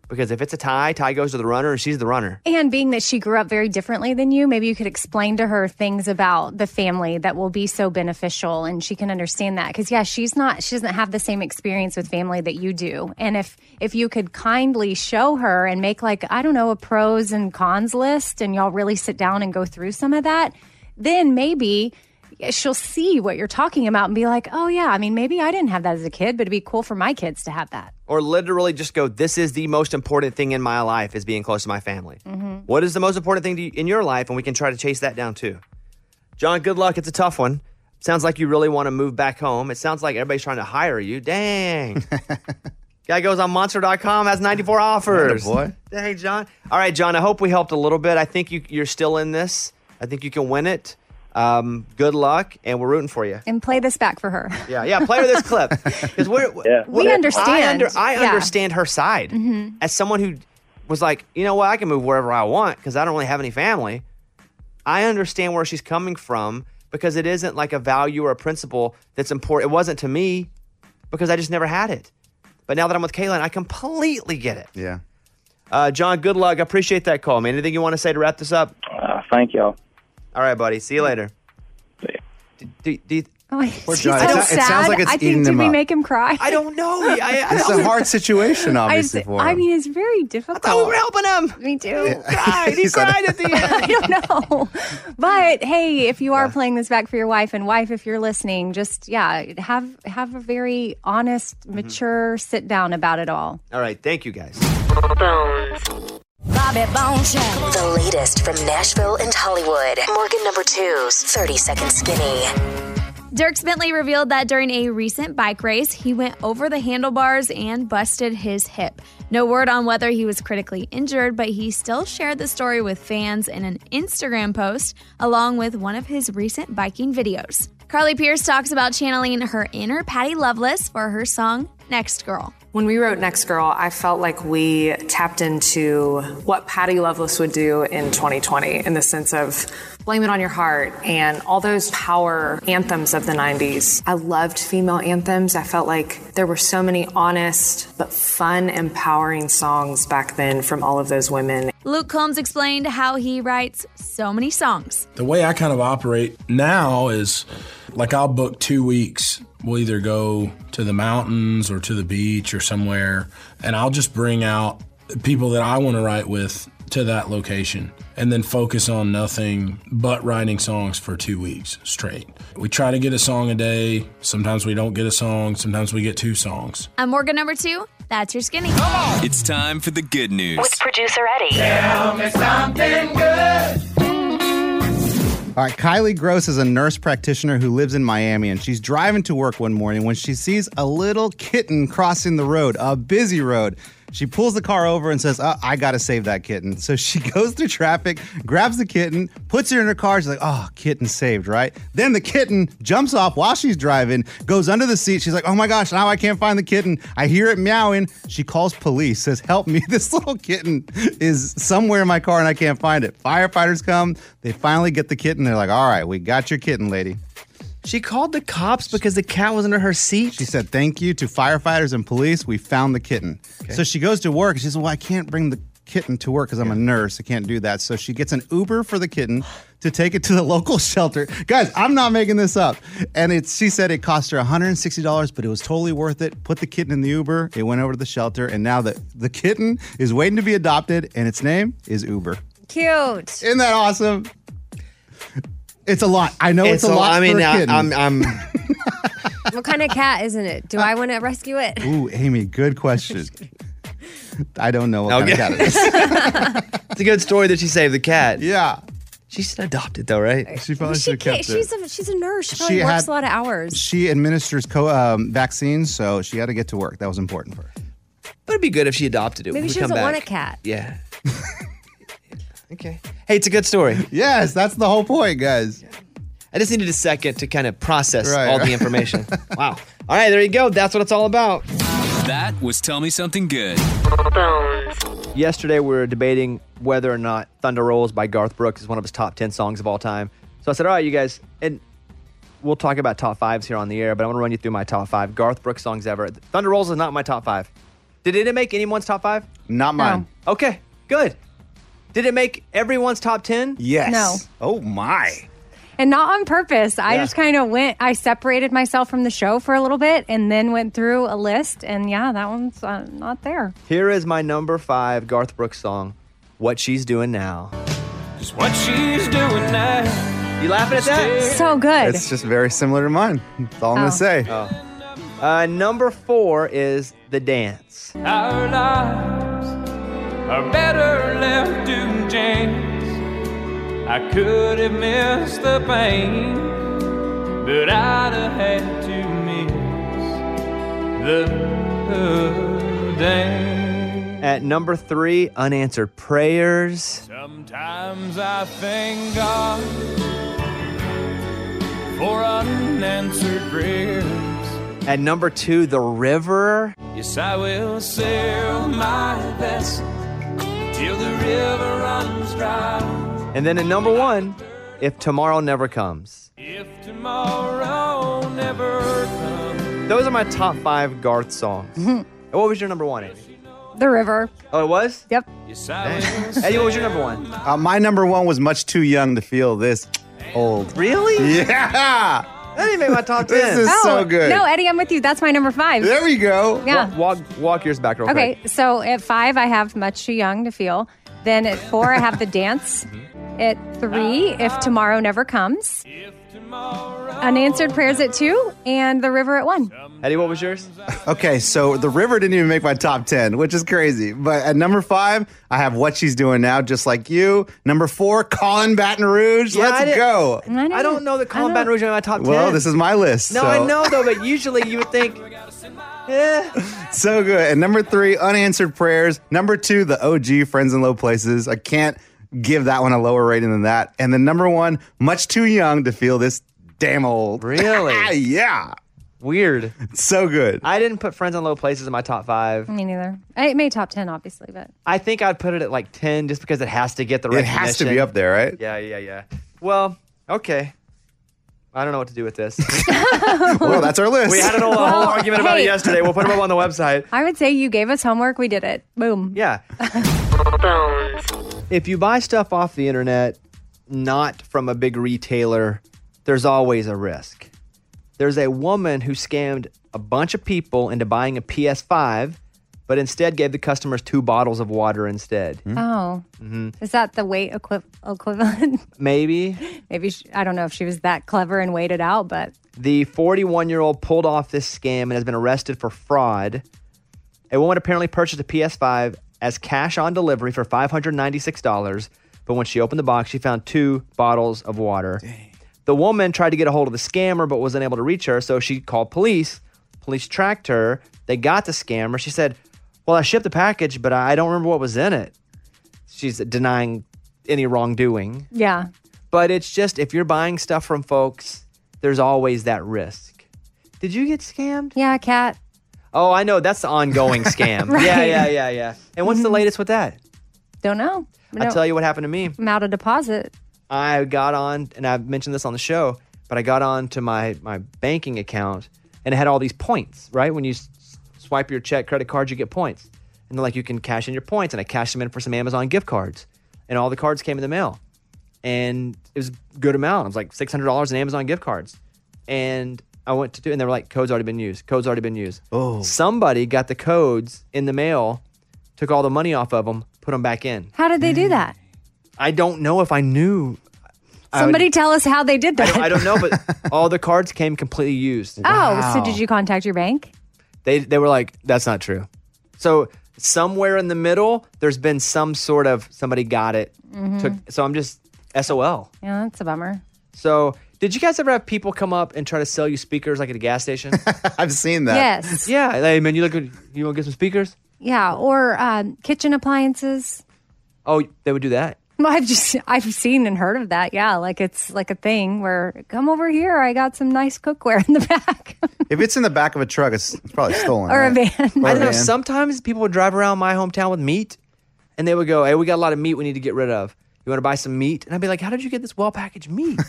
Speaker 5: Because if it's a tie, tie goes to the runner, and she's the runner.
Speaker 2: And being that she grew up very differently than you, maybe you could explain to her things about the family that will be so beneficial and she can understand that. Cause yeah, she's not, she doesn't have the same experience with family that you do. And if, if you could kindly show her and make like, I don't know, a pros and cons list and y'all really sit down and go through some of that, then maybe she'll see what you're talking about and be like, oh yeah, I mean, maybe I didn't have that as a kid, but it'd be cool for my kids to have that.
Speaker 5: Or literally just go, this is the most important thing in my life is being close to my family.
Speaker 2: Mm-hmm.
Speaker 5: What is the most important thing to you in your life? And we can try to chase that down too. John, good luck. It's a tough one. Sounds like you really want to move back home. It sounds like everybody's trying to hire you. Dang. Guy goes on monster.com, has 94 offers.
Speaker 1: Attaboy.
Speaker 5: Hey, John. All right, John, I hope we helped a little bit. I think you, you're still in this. I think you can win it. Um, good luck, and we're rooting for you.
Speaker 2: And play this back for her. (laughs)
Speaker 5: Yeah, yeah. Play her this clip because we're
Speaker 2: We
Speaker 5: I,
Speaker 2: understand.
Speaker 5: under- I
Speaker 2: Yeah.
Speaker 5: understand her side
Speaker 2: Mm-hmm.
Speaker 5: as someone who was like, you know what, I can move wherever I want because I don't really have any family. I understand where she's coming from because it isn't like a value or a principle that's important. It wasn't to me because I just never had it. But now that I'm with Kaylin, I completely get it.
Speaker 1: Yeah.
Speaker 5: Uh, John, good luck. I appreciate that call, man. Anything you want to say to wrap this up?
Speaker 12: Uh, thank y'all.
Speaker 5: All right, buddy. See you later. Do, do, do,
Speaker 2: Oh,
Speaker 5: Poor
Speaker 2: he's
Speaker 5: John.
Speaker 2: so sad.
Speaker 5: It sou- it sounds like it's
Speaker 2: I think,
Speaker 5: eating
Speaker 2: did
Speaker 5: him
Speaker 2: we
Speaker 5: up.
Speaker 2: make him cry?
Speaker 5: I don't know.
Speaker 2: (laughs)
Speaker 5: I,
Speaker 1: It's a
Speaker 5: (laughs)
Speaker 1: hard situation,
Speaker 2: I
Speaker 1: obviously,
Speaker 2: s-
Speaker 1: for
Speaker 2: I
Speaker 1: him.
Speaker 2: mean, it's very difficult. I thought we were
Speaker 5: helping him.
Speaker 2: Me too.
Speaker 6: (laughs)
Speaker 5: Cried. He cried
Speaker 2: (laughs)
Speaker 5: at the end. I
Speaker 2: don't know. But hey, if you are playing this back for your wife, and wife, if you're listening, just yeah, have have a very honest,
Speaker 5: Mm-hmm.
Speaker 2: mature sit down about it all.
Speaker 5: All right. Thank you, guys.
Speaker 4: Bobby Bones Show. The latest from Nashville and Hollywood. Morgan number two's 30 Second Skinny.
Speaker 3: Dirk Bentley revealed that during a recent bike race, he went over the handlebars and busted his hip. No word on whether he was critically injured, but he still shared the story with fans in an Instagram post along with one of his recent biking videos. Carly Pierce talks about channeling her inner Patty Loveless for her song Next Girl.
Speaker 13: When we wrote Next Girl, I felt like we tapped into what Patty Loveless would do in 2020 in the sense of blame it on your heart and all those power anthems of the 90s. I loved female anthems. I felt like there were so many honest but fun, empowering songs back then from all of those women.
Speaker 3: Luke Combs explained how he writes so many songs.
Speaker 14: The way I kind of operate now is like I'll book two weeks. We'll either go to the mountains or to the beach or somewhere, and I'll just bring out people that I want to write with to that location and then focus on nothing but writing songs for two weeks straight. We try to get a song a day. Sometimes we don't get a song, sometimes we get two songs.
Speaker 3: I'm Morgan number two. That's your skinny.
Speaker 14: It's time for the good news.
Speaker 4: With producer Eddie.
Speaker 14: Tell me something good.
Speaker 1: All right, Kylie Gross is a nurse practitioner who lives in Miami, and she's driving to work one morning when she sees a little kitten crossing the road, a busy road. She pulls the car over and says, oh, I gotta save that kitten. So she (laughs) goes through traffic, grabs the kitten, puts her in her car. She's like, oh, kitten saved, right? Then the kitten jumps off while she's driving, goes under the seat. She's like, oh my gosh, now I can't find the kitten. I hear it meowing. She calls police, says, help me. (laughs) This little kitten is somewhere in my car and I can't find it. Firefighters come. They finally get the kitten. They're like, all right, we got your kitten, lady.
Speaker 5: She called the cops because the cat was under her seat.
Speaker 1: She said, Thank you to firefighters and police. We found the kitten. So she goes to work and she says, Well, I can't bring the kitten to work because I'm a nurse. I can't do that. So she gets an Uber for the kitten to take it to the (laughs) local shelter. Guys, I'm not making this up. And it, she said it cost her $160, but it was totally worth it. Put the kitten in the Uber, it went over to the shelter, and now the, the kitten is waiting to be adopted, and its name is Uber.
Speaker 2: Cute.
Speaker 1: Isn't that awesome? It's a lot. I know it's, a, lot.
Speaker 5: I mean,
Speaker 1: for a
Speaker 5: I-
Speaker 1: kitten.
Speaker 5: I'm, I'm
Speaker 6: what kind of cat isn't
Speaker 5: (laughs)
Speaker 6: it? Do I want to rescue it?
Speaker 1: (laughs) Ooh, Amy, good question. I don't know what
Speaker 5: Okay.
Speaker 1: kind of cat it
Speaker 5: (laughs)
Speaker 1: is.
Speaker 5: it's a good story that she saved the cat.
Speaker 1: Yeah.
Speaker 5: She's adopted though, right?
Speaker 1: She probably
Speaker 6: She
Speaker 1: should have
Speaker 6: can't,
Speaker 1: kept it.
Speaker 6: she's a she's a nurse. She probably
Speaker 1: She
Speaker 6: works
Speaker 1: had-
Speaker 6: a lot of hours.
Speaker 1: She administers co- um, vaccines, so she had to get to work. That was important for her.
Speaker 5: But it'd be good if she adopted it.
Speaker 6: Maybe
Speaker 5: when
Speaker 6: she
Speaker 5: we come
Speaker 6: doesn't want a
Speaker 5: back.
Speaker 6: cat.
Speaker 5: Yeah.
Speaker 6: Okay.
Speaker 5: Hey, it's a good story.
Speaker 1: yes, that's the whole point, guys.
Speaker 5: I just needed a second to kind of process
Speaker 15: Right,
Speaker 5: all
Speaker 15: right.
Speaker 5: the information. wow. All right, there you go. That's what it's all about.
Speaker 15: That was Tell Me Something Good.
Speaker 5: Yesterday, we were debating whether or not Thunder Rolls by Garth Brooks is one of his top 10 songs of all time. So I said, All right, you guys, and we'll talk about top fives here on the air, but I'm going to run you through my top five Garth Brooks songs ever. Thunder Rolls is not my top five. Did it make anyone's top five?
Speaker 1: Not mine.
Speaker 5: Okay, good. Did it make everyone's top ten?
Speaker 1: Yes.
Speaker 2: No.
Speaker 1: Oh my.
Speaker 2: And not on purpose. I
Speaker 5: Yeah.
Speaker 2: just kind of went, I separated myself from the show for a little bit and then went through a list. And yeah, that one's uh, not there.
Speaker 5: Here is my number five Garth Brooks song, "What She's Doing Now."
Speaker 11: Just what she's doing now.
Speaker 5: You laughing at that?
Speaker 2: So good.
Speaker 1: It's just very similar to mine. That's all I'm
Speaker 5: Oh.
Speaker 1: gonna say.
Speaker 5: Oh. Uh, number four is "The Dance."
Speaker 11: Our lives are better left to chance. I could have missed the pain, but I'd have had to miss the day.
Speaker 5: At number three, "Unanswered Prayers."
Speaker 11: Sometimes I thank God for unanswered prayers.
Speaker 5: At number two, "The River."
Speaker 11: Yes, I will sail my vessel till the river runs dry.
Speaker 5: And then at number one, "If Tomorrow Never Comes."
Speaker 11: Tomorrow never comes.
Speaker 5: Those are my top five Garth (laughs) songs. and what was your number one? Amy?
Speaker 2: The river.
Speaker 5: Oh, it was?
Speaker 2: Yep.
Speaker 11: Yes, I will.
Speaker 5: Eddie, what was your number one? (laughs)
Speaker 1: Uh, my number one was much too young to feel this old.
Speaker 5: Really?
Speaker 1: Yeah.
Speaker 5: That didn't make my top
Speaker 1: This
Speaker 5: ten.
Speaker 1: is
Speaker 2: Oh,
Speaker 1: so good.
Speaker 2: No, Eddie, I'm with you. That's my number five.
Speaker 1: There you go.
Speaker 2: Yeah.
Speaker 5: Walk, walk, walk yours back real quick.
Speaker 2: Okay, so at five, I have Much Too Young to Feel. Then at four, I have The
Speaker 1: (laughs)
Speaker 2: Dance.
Speaker 1: Mm-hmm.
Speaker 2: At three, If Tomorrow Never Comes. Unanswered Prayers at two, and The River at one.
Speaker 5: Eddie, what was yours?
Speaker 1: Okay, so the river didn't even make my top 10, which is crazy. But at number five, I have what she's doing now, just like you. Number four, Colin Baton Rouge.
Speaker 5: Yeah, I
Speaker 1: Let's
Speaker 5: didn't-
Speaker 1: go.
Speaker 5: I don't know that Colin Baton Rouge are in my top ten.
Speaker 1: Well, this is my list.
Speaker 5: No,
Speaker 1: so.
Speaker 5: I know though, but usually you
Speaker 2: (laughs)
Speaker 5: would think, eh. yeah.
Speaker 1: So good. And number three, unanswered prayers. Number two, the OG Friends in Low Places. I can't give that one a lower rating than that. And the number one, much too young to feel this damn old.
Speaker 5: Really?
Speaker 1: (laughs) yeah.
Speaker 5: Weird.
Speaker 1: So good.
Speaker 5: I didn't put Friends on Low Places in my top five.
Speaker 2: Me neither. It made top 10, obviously, but
Speaker 5: I think I'd put it at like ten, just because it has to get the
Speaker 1: It
Speaker 5: recognition.
Speaker 1: has to be up there, right?
Speaker 5: Yeah, yeah, yeah. Well, okay. I don't know what to do with this.
Speaker 1: (laughs) Well, that's our list.
Speaker 5: we had a whole, a whole
Speaker 2: Well,
Speaker 5: argument about it
Speaker 2: hey.
Speaker 5: yesterday. We'll put them up on the website.
Speaker 2: I would say you gave us homework. We did it. Boom.
Speaker 5: Yeah. if you buy stuff off the internet, not from a big retailer, there's always a risk. There's a woman who scammed a bunch of people into buying a PS5, but instead gave the customers two bottles of water instead.
Speaker 2: Oh,
Speaker 5: hmm
Speaker 2: is that the weight equi- equivalent? (laughs)
Speaker 5: Maybe
Speaker 2: Maybe she, I don't know if she was that clever and waited out, but
Speaker 5: the 41 year old pulled off this scam and has been arrested for fraud. A woman apparently purchased a PS5 as cash on delivery for $596, but when she opened the box, she found two bottles of water. The woman tried to get a hold of the scammer, but wasn't able to reach her, so she called police. Police tracked her. They got the scammer. She said, Well, I shipped the package, but I don't remember what was in it. She's denying any wrongdoing.
Speaker 2: yeah.
Speaker 5: But it's just if you're buying stuff from folks, there's always that risk. Did you get scammed?
Speaker 2: Yeah, cat.
Speaker 5: Oh, I know. That's the ongoing scam.
Speaker 2: Right.
Speaker 5: Yeah, yeah, yeah, yeah. And what's the latest with that?
Speaker 2: Mm-hmm. Don't know.
Speaker 5: I'll tell you what happened to me.
Speaker 2: I'm out of deposit.
Speaker 5: I got on, and I've mentioned this on the show, but I got on to my, my banking account and it had all these points, right? When you s- swipe your check, credit card, you get points. And they're like, you can cash in your points. And I cashed them in for some Amazon gift cards. And all the cards came in the mail. And it was a good amount. It was like $600 in Amazon gift cards. And I went to do, and they were like, code's already been used. Code's already been used. Oh. Somebody got the codes in the mail, took all the money off of them, put them back in.
Speaker 2: How did they
Speaker 5: Mm.
Speaker 2: do that?
Speaker 5: I don't know if I knew. I would-
Speaker 2: Somebody tell us how they did that.
Speaker 5: I don't know,
Speaker 1: (laughs)
Speaker 5: but all the cards came completely used.
Speaker 2: (laughs) Oh, so did you contact your bank?
Speaker 5: They they were like, that's not true. So somewhere in the middle, there's been some sort of somebody got it.
Speaker 2: Mhm.
Speaker 5: Took so I'm just SOL.
Speaker 2: Yeah, that's a bummer.
Speaker 5: So did you guys ever have people come up and try to sell you speakers like at a gas station?
Speaker 1: (laughs) I've seen
Speaker 2: that. Yes.
Speaker 5: Yeah. Hey man, you look. You want to get some speakers?
Speaker 2: Yeah, or um, kitchen appliances. (laughs)
Speaker 5: Oh, they would do that.
Speaker 2: Well, I've just I've seen and heard of that. Yeah, like it's like a thing where come over here. I got some nice cookware in the back
Speaker 1: If it's in the back of a truck, it's, it's probably stolen.
Speaker 2: or a
Speaker 1: right?
Speaker 2: van. (laughs)
Speaker 5: I don't know. Sometimes people would drive around my hometown with meat, and they would go, "Hey, we got a lot of meat. We need to get rid of. You want to buy some meat?" And I'd be like, "How did you get this well packaged meat?"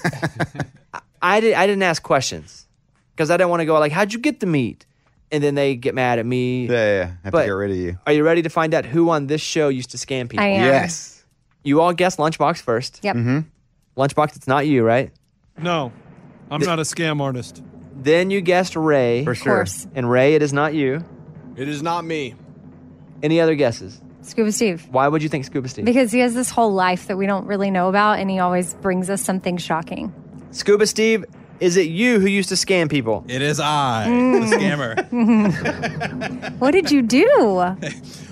Speaker 5: I, I did. I didn't ask questions because I didn't want to go like, "How'd you get the meat?" and then they get mad at me. Yeah, yeah.
Speaker 1: Have
Speaker 5: but
Speaker 1: to get rid of you.
Speaker 5: are you ready to find out who on this show used to scam people?
Speaker 1: I am. Yes.
Speaker 5: You all guessed Lunchbox first.
Speaker 2: Yep.
Speaker 5: Mm-hmm. Lunchbox, it's not you, right?
Speaker 16: No, I'm not a scam artist.
Speaker 5: Then you guessed Ray. For
Speaker 16: sure. course.
Speaker 5: And Ray, it is not you.
Speaker 15: It is not me.
Speaker 5: Any other guesses?
Speaker 2: Scuba Steve.
Speaker 5: Why would you think Scuba Steve?
Speaker 2: Because he has this whole life that we don't really know about, and he always brings us something shocking.
Speaker 5: Scuba Steve, is it you who used to scam people?
Speaker 9: It is I,
Speaker 2: Mm.
Speaker 9: the scammer.
Speaker 2: (laughs) what did you do?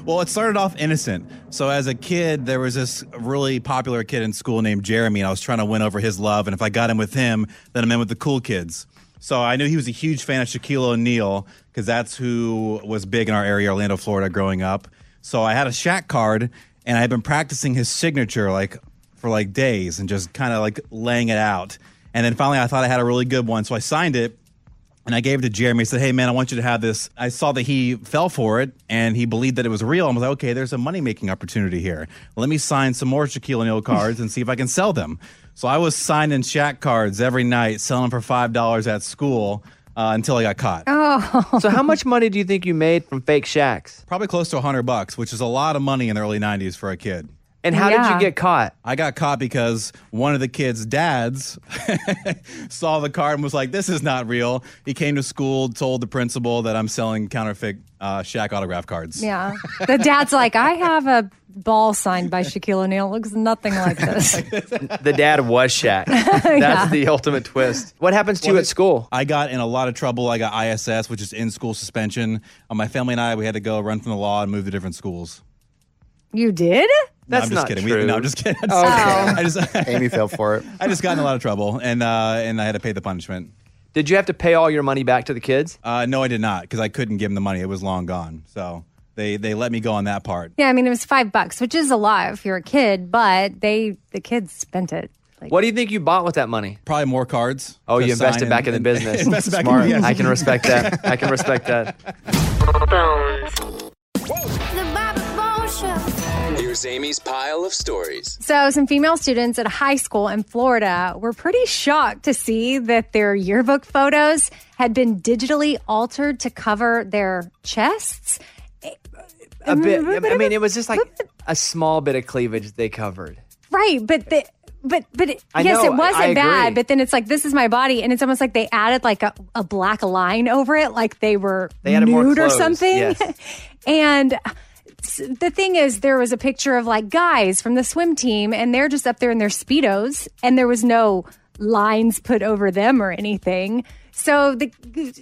Speaker 9: Well, it started off innocent. So as a kid, there was this really popular kid in school named Jeremy, and I was trying to win over his love. And if I got in with him, then I'm in with the cool kids. So I knew he was a huge fan of Shaquille O'Neal because that's who was big in our area, Orlando, Florida, growing up. So I had a Shaq card, and I had been practicing his signature like for like days and just kind of like laying it out. And then finally, I thought I had a really good one, so I signed it. And I gave it to Jeremy. I said, "Hey, man, I want you to have this." I saw that he fell for it, and he believed that it was real. I was like, "Okay, there's a money making opportunity here. Let me sign some more Shaquille O'Neal cards and see if I can sell them." So I was signing Shaq cards every night, selling for five dollars at school uh, until I got caught.
Speaker 2: (laughs) Oh.
Speaker 5: So how much money do you think you made from fake shacks?
Speaker 9: Probably close to hundred bucks, which is a lot of money in the early '90s for a kid.
Speaker 2: Oh,
Speaker 5: And how did you get caught?
Speaker 9: I got caught because one of the kids' dads (laughs) saw the card and was like, "This is not real." He came to school, told the principal that I'm selling counterfeit uh, Shaq autograph cards.
Speaker 2: Yeah. The dad's like, I have a ball signed by Shaquille O'Neal. Looks nothing (laughs) like this.
Speaker 5: The dad
Speaker 2: (laughs)
Speaker 5: was Shaq. That's
Speaker 2: Yeah.
Speaker 5: the ultimate twist. What happens to you at school?
Speaker 9: I got in a lot of trouble. I got ISS, which is in school suspension. Uh, my family and I, we had to go run from the law and move to different schools.
Speaker 2: You did?
Speaker 9: No, I'm just kidding. We- no, I'm just kidding. (laughs) I'm just
Speaker 2: Oh.
Speaker 9: kidding. I just,
Speaker 1: (laughs) Amy fell for it.
Speaker 9: (laughs) I just got in a lot of trouble, and uh, and I had to pay the punishment.
Speaker 5: Did you have to pay all your money back to the kids?
Speaker 9: Uh, no, I did not, because I couldn't give them the money. It was long gone. So they they let me go on that part.
Speaker 2: Yeah, I mean, it was five bucks, which is a lot if you're a kid, but they, the kids spent it.
Speaker 5: What do you think you bought with that money?
Speaker 9: Probably more cards.
Speaker 5: Oh,
Speaker 9: to
Speaker 5: you
Speaker 9: sign
Speaker 5: invested back in
Speaker 9: and- (laughs)
Speaker 5: the business.
Speaker 9: Invested back in-
Speaker 5: Smart.
Speaker 9: yes.
Speaker 5: I can respect that. I can respect that.
Speaker 1: (laughs)
Speaker 17: Here's Amy's pile of stories.
Speaker 2: So, some female students at a high school in Florida were pretty shocked to see that their yearbook photos had been digitally altered to cover their chests.
Speaker 5: A
Speaker 2: Mm,
Speaker 5: bit. I mean, it was just like a small bit of cleavage they covered.
Speaker 2: Right, but the but but it,
Speaker 5: I
Speaker 2: yes,
Speaker 5: know,
Speaker 2: it wasn't
Speaker 5: I- I
Speaker 2: bad.
Speaker 5: agree.
Speaker 2: But then it's like this is my body, and it's almost like they added like a, a black line over it, like they were
Speaker 5: They added
Speaker 2: nude
Speaker 5: more
Speaker 2: or
Speaker 5: clothes,
Speaker 2: something.
Speaker 5: yes.
Speaker 2: (laughs) and s- the thing is, there was a picture of like guys from the swim team, and they're just up there in their speedos, and there was no lines put over them or anything. So the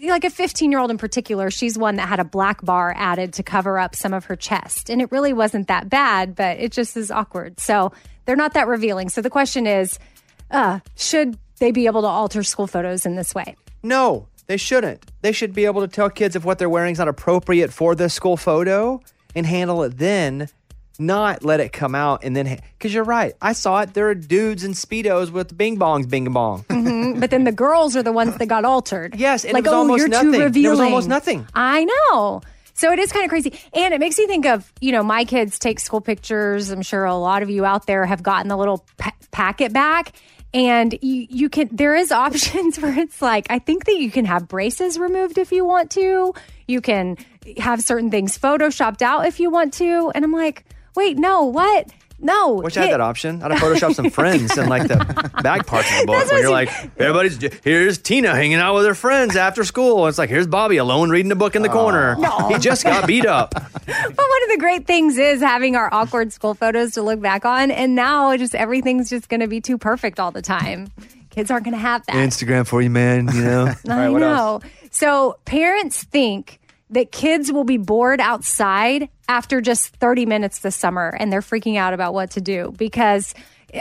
Speaker 2: like a 15 year old in particular, she's one that had a black bar added to cover up some of her chest, and it really wasn't that bad, but it just is awkward. So they're not that revealing. So the question is, uh, should they be able to alter school photos in this way?
Speaker 5: No, they shouldn't. They should be able to tell kids if what they're wearing is not appropriate for the school photo and handle it then, not let it come out and then. Because you're right. I saw it. There are dudes in Speedos with bing bongs, bing bong.
Speaker 2: Mhm. but then the girls are the ones that got altered. Yes,
Speaker 5: and it was almost
Speaker 2: you're
Speaker 5: nothing.
Speaker 2: Too
Speaker 5: There was
Speaker 2: revealing.
Speaker 5: almost nothing.
Speaker 2: I know. So it is kind of crazy, and it makes you think of you know my kids take school pictures. I'm sure a lot of you out there have gotten the little pa- packet back. And you, you can, there is (laughs) options where it's like, I think that you can have braces removed if you want to. You can have certain things photoshopped out if you want to. And I'm like, wait, no, what? No.
Speaker 5: Wish I had
Speaker 2: hit-
Speaker 5: that option. I'd have photoshopped some friends
Speaker 2: (laughs)
Speaker 5: and like the back parts of the book
Speaker 2: That's
Speaker 5: when
Speaker 2: what
Speaker 5: you're
Speaker 2: she- (laughs)
Speaker 5: like, everybody's j- here's Tina hanging out with her friends after school. It's like here's Bobby alone reading a book in the corner.
Speaker 2: No.
Speaker 5: He just
Speaker 2: (laughs)
Speaker 5: got beat up.
Speaker 2: But one of the great things is having our awkward school photos to look back on. And now just everything's just going to be too perfect all the time. Kids aren't going to have that.
Speaker 5: Instagram for you, man. You know.
Speaker 2: (laughs) I know. So parents think that kids will be bored outside after just 30 minutes this summer and they're freaking out about what to do because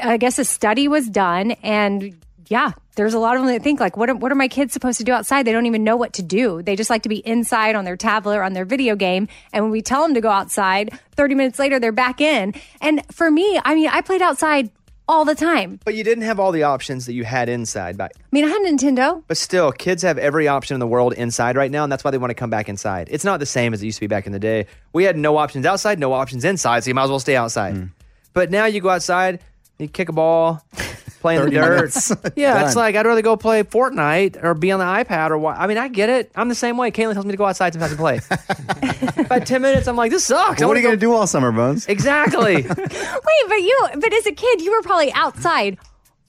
Speaker 2: I guess a study was done and yeah, there's a lot of them that think like, what are, what are my kids supposed to do outside? They don't even know what to do. They just like to be inside on their tablet or on their video game. And when we tell them to go outside, 30 minutes later, they're back in. And for me, I mean, I played outside all the time.
Speaker 5: But you didn't have all the options that you had inside back.
Speaker 2: I mean, I had Nintendo.
Speaker 5: But still, kids have every option in the world inside right now, and that's why they want to come back inside. It's not the same as it used to be back in the day. We had no options outside,
Speaker 1: Mm. (laughs)
Speaker 5: no options inside, so you might as well stay outside. But now you go outside, you kick a ball, playing the
Speaker 1: 30
Speaker 5: dirt. (laughs)
Speaker 1: minutes. (laughs)
Speaker 5: yeah, it's
Speaker 1: Done.
Speaker 5: like I'd rather go play Fortnite or be on the iPad or what. I mean, I get it. I'm the same way. Caitlin tells me to go outside sometimes and
Speaker 1: (laughs)
Speaker 5: play. By ten minutes, I'm like, this sucks. I
Speaker 1: what are
Speaker 5: wanna
Speaker 1: you going to do all
Speaker 5: (laughs)
Speaker 1: summer, Bones? (laughs)
Speaker 5: Exactly.
Speaker 2: Wait, but you, but as a kid, you were probably outside.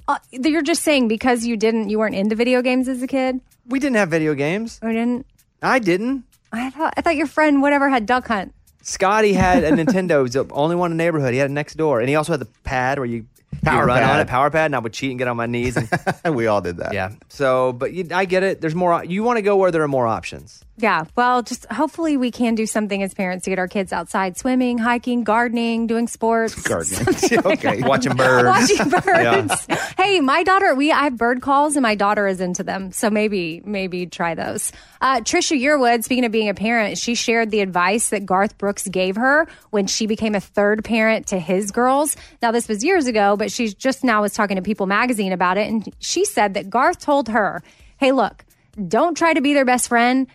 Speaker 2: Uh, you're just saying because you didn't, you weren't into video games as a kid.
Speaker 5: We didn't have video games.
Speaker 2: I didn't.
Speaker 5: I didn't.
Speaker 2: I thought I thought your friend whatever had duck hunt.
Speaker 5: Scotty had a Nintendo. He was the only one in the neighborhood. He had it next door, and he also had the pad where you
Speaker 1: Power
Speaker 5: you run on
Speaker 1: pad.
Speaker 5: it, power pad. And I would cheat and get on my knees. And
Speaker 1: (laughs) we all did that.
Speaker 5: Yeah. So, but you, I get it. There's more. You want to go where there are more options.
Speaker 2: Yeah. Well, just hopefully we can do something as parents to get our kids outside swimming, hiking, gardening, doing sports. (laughs)
Speaker 1: Gardening. (laughs)
Speaker 2: something like
Speaker 5: (laughs)
Speaker 1: Okay.
Speaker 2: that.
Speaker 1: Watching birds.
Speaker 2: Watching
Speaker 1: (laughs) Yeah.
Speaker 2: birds. Hey, my daughter, we I have bird calls and my daughter is into them. So maybe maybe try those. Uh, Trisha Yearwood, speaking of being a parent, she shared the advice that Garth Brooks gave her when she became a third parent to his girls. Now this was years ago, but she just now was talking to People magazine about it and she said that Garth told her, "Hey, look, don't try to be their best friend."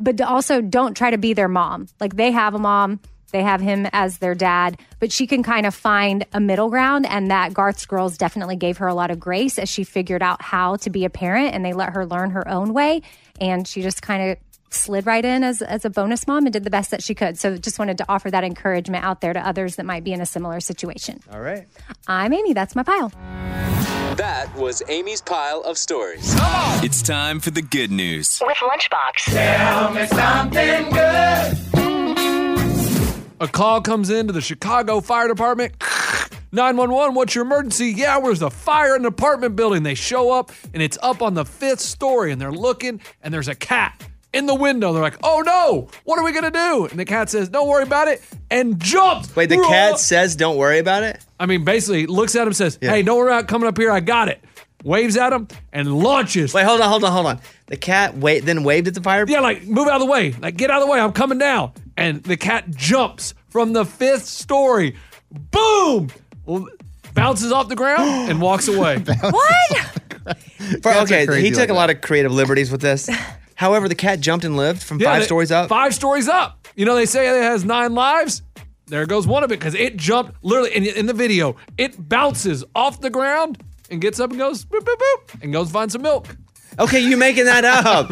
Speaker 2: but also don't try to be their mom. Like they have a mom, they have him as their dad, but she can kind of find a middle ground. And that Garth's girls definitely gave her a lot of grace as she figured out how to be a parent and they let her learn her own way. And she just kind of slid right in as, as a bonus mom and did the best that she could. So just wanted to offer that encouragement out there to others that might be in a similar situation.
Speaker 5: All right.
Speaker 2: I'm Amy. That's my pile.
Speaker 17: That was Amy's pile of stories.
Speaker 15: It's time for the good news.
Speaker 3: With Lunchbox.
Speaker 15: Tell me something
Speaker 3: good.
Speaker 16: A call comes in to the Chicago Fire Department. (clears throat) 911, what's your emergency? Yeah, where's the fire in the apartment building? They show up and it's up on the fifth story and they're looking and there's a cat in the window. They're like, oh no, what are we going to do? And the cat says, don't worry about it and jumps.
Speaker 18: Wait, the cat says, "Don't worry about it."
Speaker 16: I mean, basically looks at him, says, hey, don't worry about coming up here. I got it. Waves at him and launches.
Speaker 18: Wait, hold on, hold on, hold on. The cat wait then waved at the fire.
Speaker 16: Yeah, like move out of the way. Like get out of the way. I'm coming down. And the cat jumps from the fifth story. Boom! L- Bounces off the ground and walks away.
Speaker 2: what?
Speaker 18: For-
Speaker 16: Cats are
Speaker 18: okay,
Speaker 16: crazy
Speaker 18: he took
Speaker 16: like
Speaker 18: a lot of creative liberties with
Speaker 16: (laughs)
Speaker 18: this. However, the cat jumped and lived from five stories up.
Speaker 16: Five stories up. You know, they say it has nine lives. There goes one of it because it jumped literally in, in the video. It bounces off the ground and gets up and goes boop, boop, boop, and goes find some milk.
Speaker 18: Okay, you making that
Speaker 16: (laughs)
Speaker 18: up.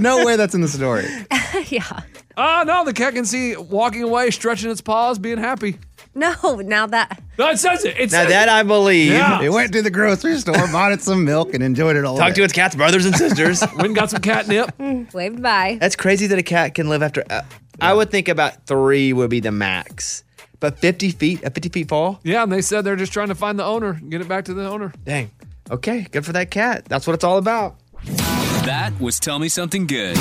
Speaker 1: no way that's in the story.
Speaker 19: (laughs) yeah.
Speaker 16: Ah, no, the cat can see walking away, stretching its paws, being happy.
Speaker 19: No, now that
Speaker 16: No, it says it. it
Speaker 1: Now
Speaker 16: says
Speaker 1: that
Speaker 16: it.
Speaker 1: I
Speaker 18: believe.
Speaker 16: Yeah.
Speaker 1: It went to the grocery store, (laughs) bought it some milk, and enjoyed it all.
Speaker 18: Talk to its cat's brothers and
Speaker 5: (laughs)
Speaker 18: sisters.
Speaker 16: Went and got some catnip.
Speaker 19: waved bye.
Speaker 18: That's crazy that a cat can live after. Uh, I would think about three would be the max, but fifty feet, a fifty feet fall.
Speaker 16: Yeah, and they said they're just trying to find the owner, and get it back to the owner.
Speaker 18: Dang. Okay, good for that cat. That's what it's all about.
Speaker 15: That was Tell Me Something Good.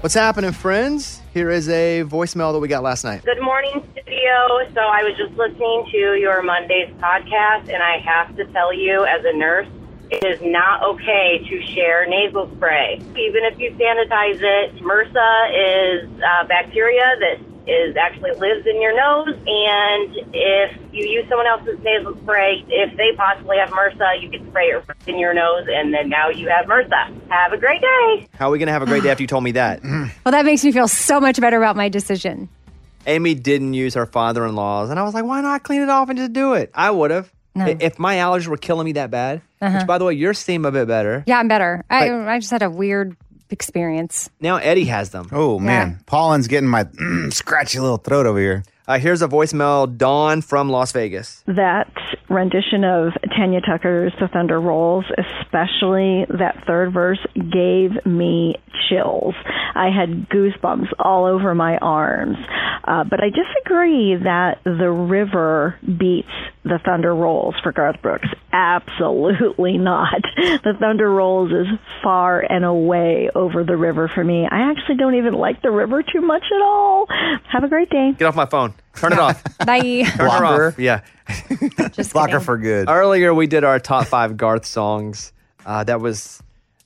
Speaker 5: What's happening, friends? Here is a voicemail that we got last night.
Speaker 20: Good morning, studio. So I was just listening to your Monday's podcast, and I have to tell you, as a nurse, it is not okay to share nasal spray. Even if you sanitize it, MRSA is uh, bacteria that is actually lives in your nose, and if you use someone else's nasal spray, if they possibly have MRSA, you can spray it in your nose, and then now you have MRSA. Have a great day.
Speaker 5: How are we going to have
Speaker 18: (sighs)
Speaker 5: a great day after you told
Speaker 18: (clears throat)
Speaker 5: me that?
Speaker 2: Well, that makes me feel so much better about my decision.
Speaker 5: Amy didn't use her father in law's, and I was like, why not clean it off and just do it? I would have. I- If my allergies were killing me that bad,
Speaker 2: Uh-huh.
Speaker 5: which by the way, yours seem a bit better.
Speaker 2: Yeah, I'm better. I,
Speaker 5: But-
Speaker 2: I just had a weird experience.
Speaker 5: Now Eddie has them.
Speaker 1: Oh, man. Pollen's getting my (clears throat) scratchy little throat over here.
Speaker 5: Uh, here's a voicemail, Dawn from Las Vegas.
Speaker 21: that rendition of Tanya Tucker's The Thunder Rolls, especially that third verse, gave me chills. I had goosebumps all over my arms. Uh, but I disagree that the river beats the Thunder Rolls for Garth Brooks. Absolutely not. (laughs) The Thunder Rolls is far and away over the river for me. I actually don't even like the river too much at all. Have a great day.
Speaker 5: Get off my phone. Turn it off.
Speaker 2: Bye.
Speaker 5: Turn her off. (laughs) Yeah.
Speaker 2: Just
Speaker 5: Blocker
Speaker 1: for good.
Speaker 5: Earlier, we did our top five Garth songs. Uh, that was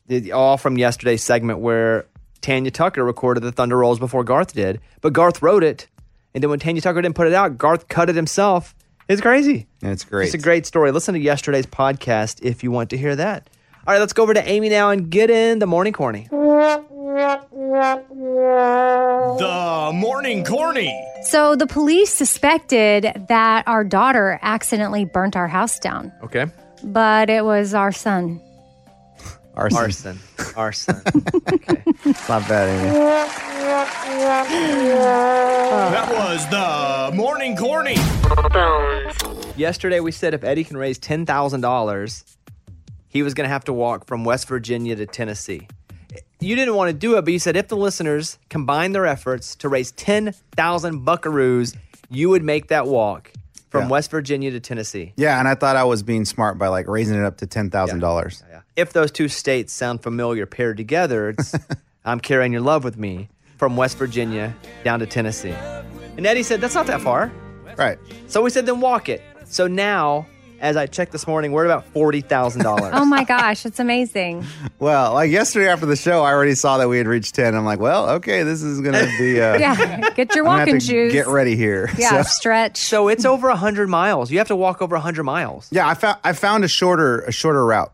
Speaker 5: the, all from yesterday's segment where Tanya Tucker recorded the Thunder Rolls before Garth did, but Garth wrote it. And then when Tanya Tucker didn't put it out, Garth cut it himself. It's crazy.
Speaker 1: It's great.
Speaker 5: It's a great story. Listen to yesterday's podcast if you want to hear that. All right, let's go over to Amy now and get in the morning corny.
Speaker 4: Good
Speaker 22: The morning corny.
Speaker 2: So the police suspected that our daughter accidentally burnt our house down,
Speaker 5: Okay.
Speaker 2: but it was our son.
Speaker 1: Arson.
Speaker 5: Arson.
Speaker 1: (laughs)
Speaker 5: Arson.
Speaker 1: Not bad. Amy.
Speaker 22: That was the morning corny.
Speaker 5: Yesterday, we said if Eddie can raise ten thousand dollars, he was going to have to walk from West Virginia to Tennessee. You didn't want to do it, but you said if the listeners combine their efforts to raise ten thousand buckaroos, you would make that walk from West Virginia to Tennessee.
Speaker 1: Yeah, and I thought I was being smart by like raising it up to ten thousand dollars.
Speaker 5: If those two states sound familiar paired together,
Speaker 1: (laughs)
Speaker 5: it's "I'm Carrying Your Love with Me" from West Virginia down to Tennessee. And Eddie said that's not that far,
Speaker 1: right?
Speaker 5: So we said then walk it. So now, as I checked this morning, we're at about forty thousand dollars.
Speaker 2: (laughs) Oh
Speaker 1: (laughs)
Speaker 2: my gosh, it's amazing.
Speaker 1: Well, like yesterday after the show, I already saw that we had reached ten. I'm like, well, okay, this is gonna be. Uh,
Speaker 2: (laughs) yeah, get your
Speaker 1: I'm gonna have
Speaker 2: walking
Speaker 1: to
Speaker 2: shoes.
Speaker 1: Get ready here.
Speaker 2: (laughs) Yeah,
Speaker 1: (laughs) So-
Speaker 2: stretch.
Speaker 5: So it's over hundred miles. You have to walk over hundred miles.
Speaker 1: Yeah, I found I found a shorter a shorter route.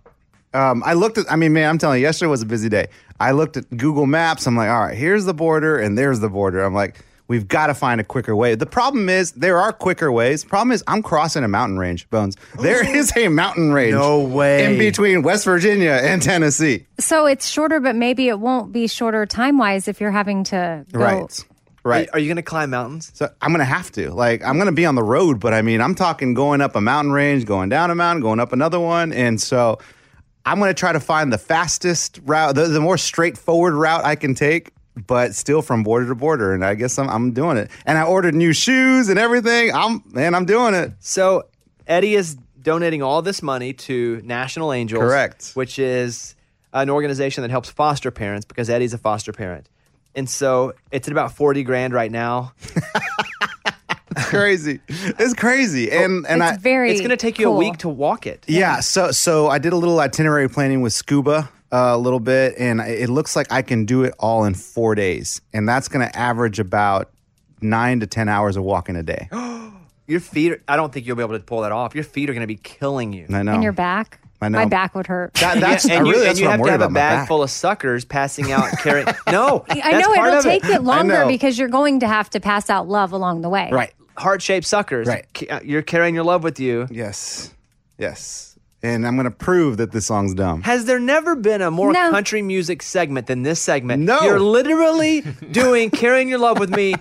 Speaker 1: Um, I looked at. I mean, man, I'm telling you, yesterday was a busy day. I looked at Google Maps. I'm like, all right, here's the border, and there's the border. I'm like, we've got to find a quicker way. The problem is there are quicker ways. Problem is I'm crossing a mountain range, Bones.
Speaker 5: (gasps)
Speaker 1: There is a mountain range. No way. In between West Virginia and Tennessee.
Speaker 2: So it's shorter, but maybe it won't be shorter time wise if you're having to go.
Speaker 1: Right. Right.
Speaker 5: Are you going to climb mountains?
Speaker 1: So I'm going to have to. Like I'm going to be on the road, but I mean, I'm talking going up a mountain range, going down a mountain, going up another one, and so I'm going to try to find the fastest route, the, the more straightforward route I can take, but still from border to border. And I guess I'm, I'm doing it. And I ordered new shoes and everything. I'm man, I'm doing it.
Speaker 5: So Eddie is donating all this money to National Angels. Correct. Which is an organization that helps foster parents because Eddie's a foster parent. And so it's at about 40 grand right now.
Speaker 1: (laughs) it's crazy. It's crazy. And and I
Speaker 5: It's going to take you a week to walk it.
Speaker 1: Yeah. So so I did a little itinerary planning with Scuba uh, a little bit, and I- it looks like I can do it all in four days, and that's going to average about nine to ten hours of walking a day.
Speaker 5: Your feet, are, I don't think you'll be able to pull that off. Your feet are going to be killing you.
Speaker 1: I know.
Speaker 2: And your back.
Speaker 1: I know.
Speaker 2: My back would hurt.
Speaker 1: That- (laughs) that's-
Speaker 5: and
Speaker 1: I really-
Speaker 5: you,
Speaker 1: that's
Speaker 5: and you
Speaker 1: what I'm
Speaker 5: have
Speaker 1: worried
Speaker 5: to have a
Speaker 1: about, my
Speaker 5: bag
Speaker 1: back.
Speaker 5: full of suckers passing out,
Speaker 2: (laughs)
Speaker 5: carrying. no,
Speaker 2: I
Speaker 5: that's
Speaker 2: know
Speaker 5: part
Speaker 2: it'll
Speaker 5: of it.
Speaker 2: take it longer because you're going to have to pass out love along the way.
Speaker 5: Right. Heart shaped suckers. Right. You're carrying your love with you.
Speaker 1: Yes. Yes. And I'm going to prove that this song's dumb.
Speaker 5: Has there never been a more country music segment than this segment? No. You're literally doing carrying your love with me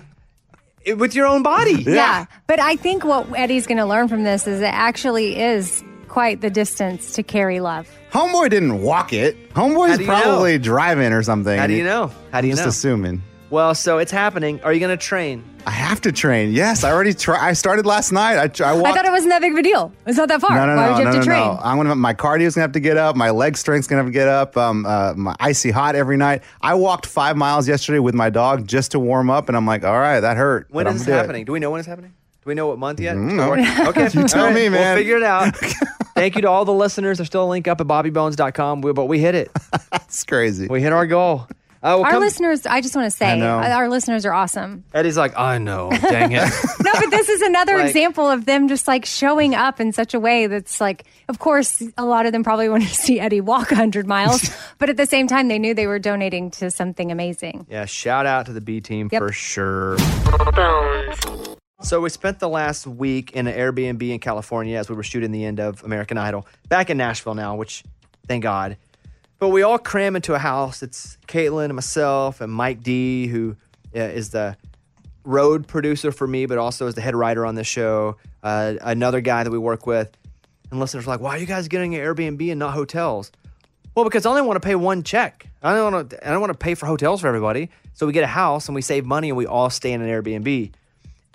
Speaker 5: i- with your own body.
Speaker 2: Yeah. But I think what Eddie's going to learn from this is it actually is quite the distance to carry love.
Speaker 1: Homeboy didn't walk it.
Speaker 5: How
Speaker 1: Homeboy's
Speaker 5: do you
Speaker 1: probably driving or something.
Speaker 5: How do you know? How do you
Speaker 1: I'm just
Speaker 5: know?
Speaker 1: assuming.
Speaker 5: Well, so it's happening. Are you going to train?
Speaker 1: I have to train. Yes, I already tried. I started last night. I, tr- I walked.
Speaker 2: I thought it wasn't that big of a deal. It's not that far.
Speaker 1: No, no,
Speaker 2: Why
Speaker 1: no,
Speaker 2: would you
Speaker 1: no,
Speaker 2: have to
Speaker 1: no,
Speaker 2: train?
Speaker 1: no. I'm gonna my cardio's gonna have to get up. My leg strength's gonna have to get up. Um, uh, my icy hot every night. I walked five miles yesterday with my dog just to warm up, and I'm like, all right, that hurt.
Speaker 5: When
Speaker 1: but
Speaker 5: is this
Speaker 1: I'm gonna do it.
Speaker 5: happening? Do we know when it's happening? Do we know what month yet?
Speaker 1: Mm, no. (laughs)
Speaker 5: Okay.
Speaker 1: You tell
Speaker 5: all
Speaker 1: me, man.
Speaker 5: We'll figure it
Speaker 1: (laughs)
Speaker 5: out. Thank you to all the listeners. There's still a link up at bobbybones.com, We- but we hit it.
Speaker 1: (laughs) That's crazy.
Speaker 5: We hit our goal. Uh, we'll
Speaker 2: our
Speaker 5: come-
Speaker 2: listeners, I just want to
Speaker 5: I
Speaker 2: say, uh,
Speaker 5: know.
Speaker 2: our listeners are
Speaker 5: (laughs)
Speaker 2: awesome.
Speaker 5: Eddie's like, I know. Dang it.
Speaker 1: (laughs)
Speaker 2: No, but this is another
Speaker 5: Like-
Speaker 2: example of them just like showing up in such a way that's like, of course, a lot of them probably (laughs) want to see Eddie walk 100
Speaker 5: (laughs)
Speaker 2: miles, but at the same time, they knew they were donating to something
Speaker 5: (laughs)
Speaker 2: amazing.
Speaker 5: Yeah, shout out to the B team
Speaker 2: Yep.
Speaker 5: for sure. So we spent the last week in an Airbnb in California as we were shooting the end of American Idol. Back in Nashville now, which thank God. But we all cram into a house. It's Caitlin and myself and Mike D, who uh, is the road producer for me, but also is the head writer on this show. Uh, another guy that we work with. And listeners are like, why are you guys getting an Airbnb and not hotels? Well, because I only want to pay one check. I don't want to. I don't want to pay for hotels for everybody. So we get a house and we save money and we all stay in an Airbnb.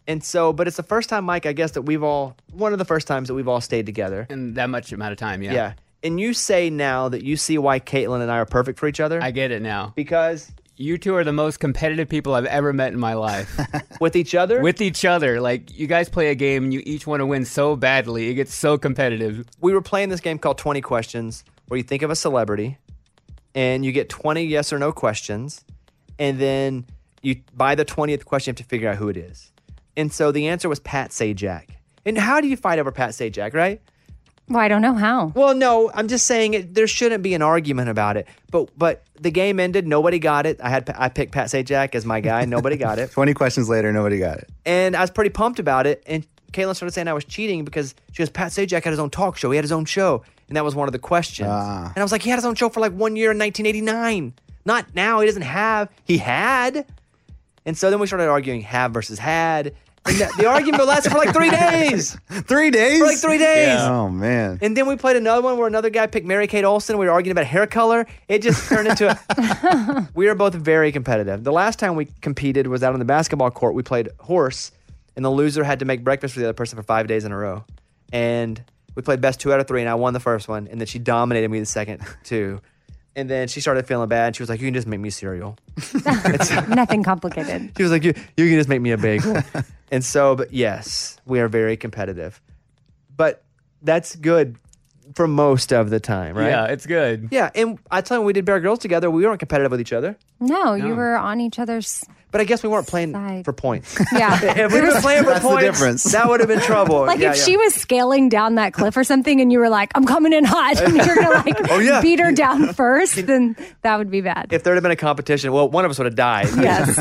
Speaker 5: And so, but it's the first time, Mike. I guess that we've all one of the first times that we've all stayed together
Speaker 6: in that much amount of time. Yeah.
Speaker 5: Yeah. And you say now that you see why Caitlin and I are perfect for each other. I
Speaker 6: get it now
Speaker 5: because
Speaker 6: you two are the most competitive people I've ever met in my life.
Speaker 5: (laughs) with each other.
Speaker 6: With each other, like you guys play a game and you each want to win so badly, it gets so competitive.
Speaker 5: We were playing this game called Twenty Questions, where you think of a celebrity, and you get twenty yes or no questions, and then you by the twentieth question you have to figure out who it is. And so the answer was Pat Sajak. And how do you fight over Pat Sajak, right?
Speaker 2: Well, I don't know how.
Speaker 5: Well, no, I'm just saying it, there shouldn't be an argument about it. But but the game ended. Nobody got it. I had I picked Pat Sajak as my guy. Nobody got it.
Speaker 1: Twenty questions later, nobody got it.
Speaker 5: and I was pretty pumped about it. And Caitlin started saying I was cheating because she goes, Pat Sajak had his own talk show. He had his own show, and that was one of the questions.
Speaker 1: Ah.
Speaker 5: And I was like, he had his own show for like one year in 1989. Not now. He doesn't have. He had. And so then we started arguing have versus had. And the, the argument lasted for like three days.
Speaker 1: (laughs) Three days?
Speaker 5: For like three days.
Speaker 1: Oh man.
Speaker 5: And then we played another one where another guy picked Mary Kate Olsen. We were arguing about hair color. It just turned into a. we were both very competitive. The last time we competed was out on the basketball court. We played horse, and the loser had to make breakfast for the other person for five days in a row. And we played best two out of three, and I won the first one. And then she dominated me the second two. And then she started feeling bad. She was like, You can just make me cereal.
Speaker 2: Nothing complicated.
Speaker 5: She was like, you, you can just make me a bagel. and so, but yes, we are very competitive. But that's good for most of the time, right?
Speaker 6: Yeah, it's good.
Speaker 5: Yeah. And I tell you, when we did Bear Girls together, we weren't competitive with each other.
Speaker 2: No,
Speaker 5: No.
Speaker 2: you were on each other's.
Speaker 5: But I guess we weren't playing for points.
Speaker 2: (laughs)
Speaker 5: (laughs)
Speaker 2: Yeah.
Speaker 5: if we were playing for
Speaker 2: That's the
Speaker 5: points,
Speaker 1: difference.
Speaker 5: that would have been trouble.
Speaker 2: Like
Speaker 5: Yeah,
Speaker 2: if
Speaker 5: yeah.
Speaker 2: she was scaling down that cliff or something, and you were like, "I'm coming in hot," (laughs) and you're gonna like
Speaker 5: Oh, yeah.
Speaker 2: beat her
Speaker 5: (laughs)
Speaker 2: down first, then that would be bad.
Speaker 5: If there had been a competition, well, one of us would have died.
Speaker 2: Yes.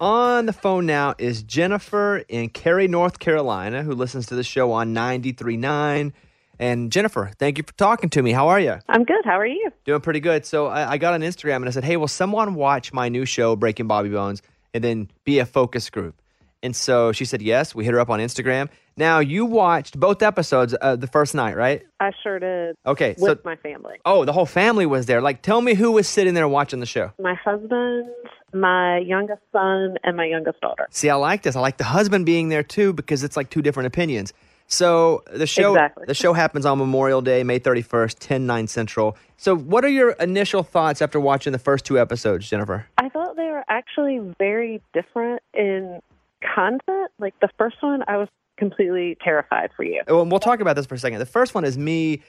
Speaker 5: On the phone now is Jennifer in Cary, North Carolina, who listens to the show on 93.9. And Jennifer, thank you for talking to me. How are you?
Speaker 7: I'm good. How are you?
Speaker 5: Doing pretty good. So I, I got on Instagram and I said, hey, will someone watch my new show, Breaking Bobby Bones, and then be a focus group? And so she said, yes. We hit her up on Instagram. Now, you watched both episodes uh, the first night, right?
Speaker 7: I sure did.
Speaker 5: Okay, so-
Speaker 7: With my family.
Speaker 5: Oh, the whole family was there. Like, tell me who was sitting there watching the show.
Speaker 7: My husband, my youngest son, and my youngest daughter.
Speaker 5: See, I like this. I like the husband being there too because it's like two different opinions. So the show
Speaker 7: Exactly.
Speaker 5: the show happens on Memorial Day, May 31st, 10 9 Central. So what are your initial thoughts after watching the first two episodes, Jennifer?
Speaker 7: I thought they were actually very different in content. Like the first one, I was completely terrified for you.
Speaker 5: Well, we'll talk about this for a second. The first one is me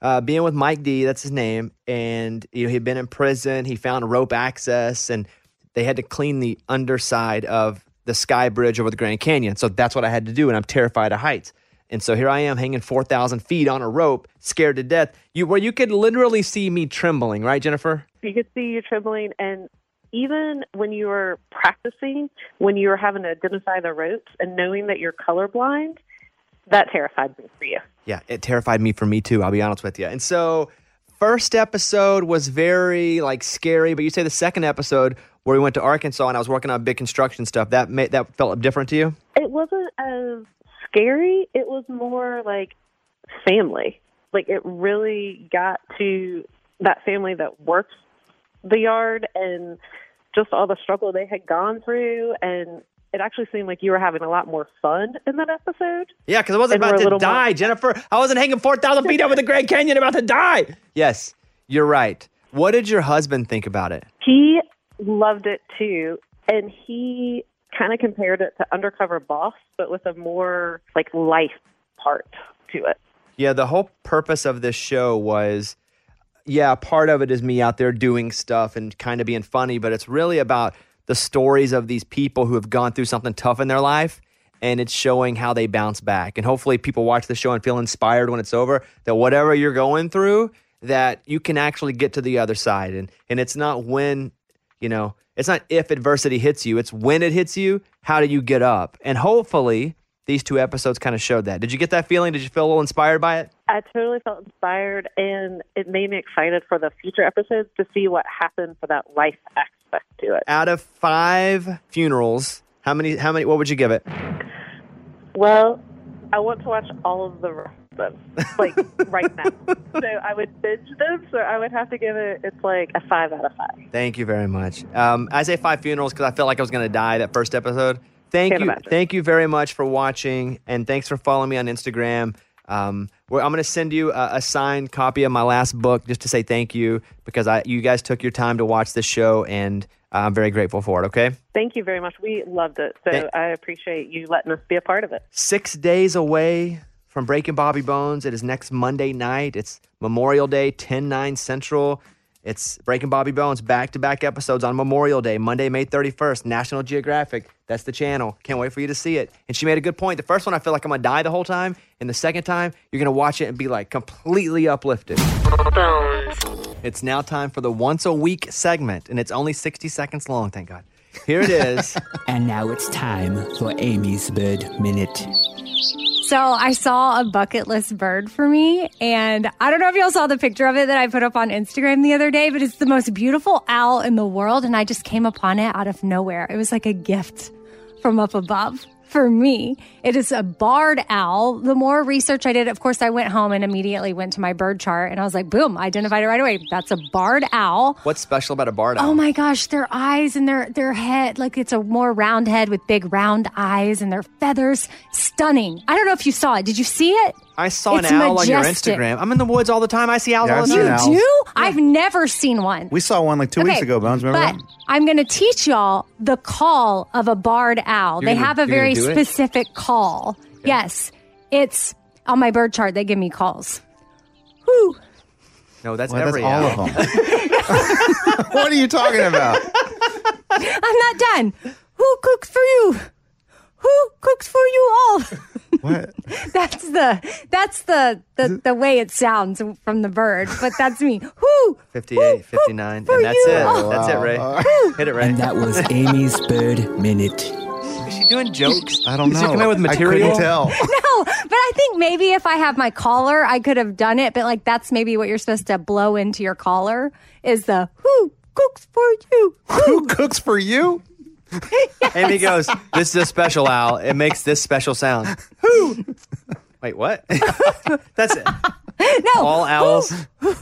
Speaker 5: uh, being with Mike D. That's his name, and you know he'd been in prison. He found rope access, and they had to clean the underside of the Sky Bridge over the Grand Canyon. So that's what I had to do, and I'm terrified of heights. And so here I am hanging four thousand feet on a rope, scared to death. You where you could literally see me trembling, right, Jennifer?
Speaker 7: You could see you trembling, and even when you were practicing, when you were having to identify the ropes and knowing that you're colorblind, that terrified me for you.
Speaker 5: Yeah, it terrified me for me too. I'll be honest with you. And so, first episode was very like scary, but you say the second episode where we went to Arkansas and I was working on big construction stuff that made that felt different to you.
Speaker 7: It wasn't as scary. It was more like family. Like it really got to that family that works the yard and just all the struggle they had gone through and it actually seemed like you were having a lot more fun in that episode.
Speaker 5: Yeah, because I wasn't
Speaker 7: And we're a
Speaker 5: about to
Speaker 7: little
Speaker 5: die, Jennifer. I wasn't hanging four thousand feet over the Grand Canyon about to die. Yes, you're right. What did your husband think about it?
Speaker 7: He loved it too, and he kind of compared it to Undercover Boss, but with a more like life part to it.
Speaker 5: Yeah, the whole purpose of this show was yeah, part of it is me out there doing stuff and kind of being funny, but it's really about the stories of these people who have gone through something tough in their life and it's showing how they bounce back. And hopefully people watch the show and feel inspired when it's over that whatever you're going through that you can actually get to the other side and and it's not when you know, it's not if adversity hits you, it's when it hits you, how do you get up? And hopefully these two episodes kind of showed that. Did you get that feeling? Did you feel a little inspired by it?
Speaker 7: I totally felt inspired, and it made me excited for the future episodes to see what happened for that life aspect to it.
Speaker 5: Out of five funerals, how many? How many? What would you give it?
Speaker 7: Well, I want to watch all of
Speaker 5: (laughs)
Speaker 7: the rest of them, like right now. So I would binge them. So I would have to give it. It's like a five out of five.
Speaker 5: Thank you very much. Um, I say five funerals because I felt like I was going to die that first episode. Thank
Speaker 7: Can't
Speaker 5: you,
Speaker 7: imagine.
Speaker 5: thank you very much for watching, and thanks for following me on Instagram. Um, where I'm going to send you a, a signed copy of my last book just to say thank you because I you guys took your time to watch this show, and I'm very grateful for it. Okay.
Speaker 7: Thank you very much. We loved it. So
Speaker 5: Thank-
Speaker 7: I appreciate you letting us be a part of it.
Speaker 5: six days away from breaking Bobby Bones. It is next Monday night. It's Memorial Day, 10 9 Central. It's Breaking Bobby Bones back to back episodes on Memorial Day, Monday, May 31st, National Geographic. That's the channel. Can't wait for you to see it. And she made a good point. The first one, I feel like I'm going to die the whole time. And the second time, you're going to watch it and be like completely uplifted. It's now time for the once a week segment, and it's only 60 seconds long, thank God. Here it
Speaker 6: (laughs)
Speaker 5: is.
Speaker 10: and now it's time for Amy's Bird Minute.
Speaker 2: So I saw a bucket list bird for me, and I don't know if y'all saw the picture of it that I put up on Instagram the other day, but it's the most beautiful owl in the world, and I just came upon it out of nowhere. It was like a gift from up above for me. It is a barred owl. The more research I did, of course, I went home and immediately went to my bird chart, and I was like, boom, identified it right away. That's a barred owl.
Speaker 5: What's special about a barred owl?
Speaker 2: Oh my gosh, their eyes and their their head, like it's a more round head with big round eyes and their feathers, stunning. I don't know if you saw it. Did you see it?
Speaker 5: I saw an
Speaker 2: It's
Speaker 5: owl on your
Speaker 2: majestic.
Speaker 5: Instagram. I'm in the woods all the time. I see owls
Speaker 1: Yeah,
Speaker 5: all
Speaker 1: I've
Speaker 5: the
Speaker 1: seen
Speaker 5: time.
Speaker 1: owls.
Speaker 2: Do? I've never seen one.
Speaker 1: We saw one like two weeks
Speaker 2: Okay,
Speaker 1: ago, Bones.
Speaker 2: but
Speaker 1: Remember that?
Speaker 2: I'm going to teach y'all the call of a barred owl.
Speaker 1: You're
Speaker 2: they
Speaker 1: gonna-
Speaker 2: have a
Speaker 1: you're gonna
Speaker 2: very
Speaker 1: do it?
Speaker 2: specific call. Yes, it's on my bird chart. They give me calls. Whew.
Speaker 5: No, that's
Speaker 1: Well, that's
Speaker 5: every
Speaker 1: all
Speaker 5: owl.
Speaker 1: of them.
Speaker 5: (laughs)
Speaker 1: what are you talking about?
Speaker 2: (laughs) I'm not done. Who cooks for you? Who cooks for you all? (laughs)
Speaker 1: What?
Speaker 2: that's the that's the, the the way it sounds from the bird, but that's me. Who
Speaker 5: 58, 59, and that's
Speaker 2: you.
Speaker 5: it.
Speaker 2: Oh,
Speaker 5: That's it, Ray. Hit it, Ray.
Speaker 10: And that was Amy's Bird Minute.
Speaker 5: Is she doing jokes?
Speaker 1: I don't
Speaker 5: Did you
Speaker 1: know.
Speaker 5: come out with
Speaker 1: I couldn't
Speaker 5: material?
Speaker 1: tell.
Speaker 2: no, but I think maybe if I have my collar, I could have done it. But like that's maybe what you're supposed to blow into your collar is the who cooks for you.
Speaker 1: Who cooks
Speaker 5: (laughs)
Speaker 1: for you?
Speaker 5: (laughs) Amy goes, This is a special owl. It makes this special sound.
Speaker 2: Who?
Speaker 5: Wait, what? (laughs) That's it.
Speaker 2: (laughs) No.
Speaker 5: All owls.
Speaker 2: Who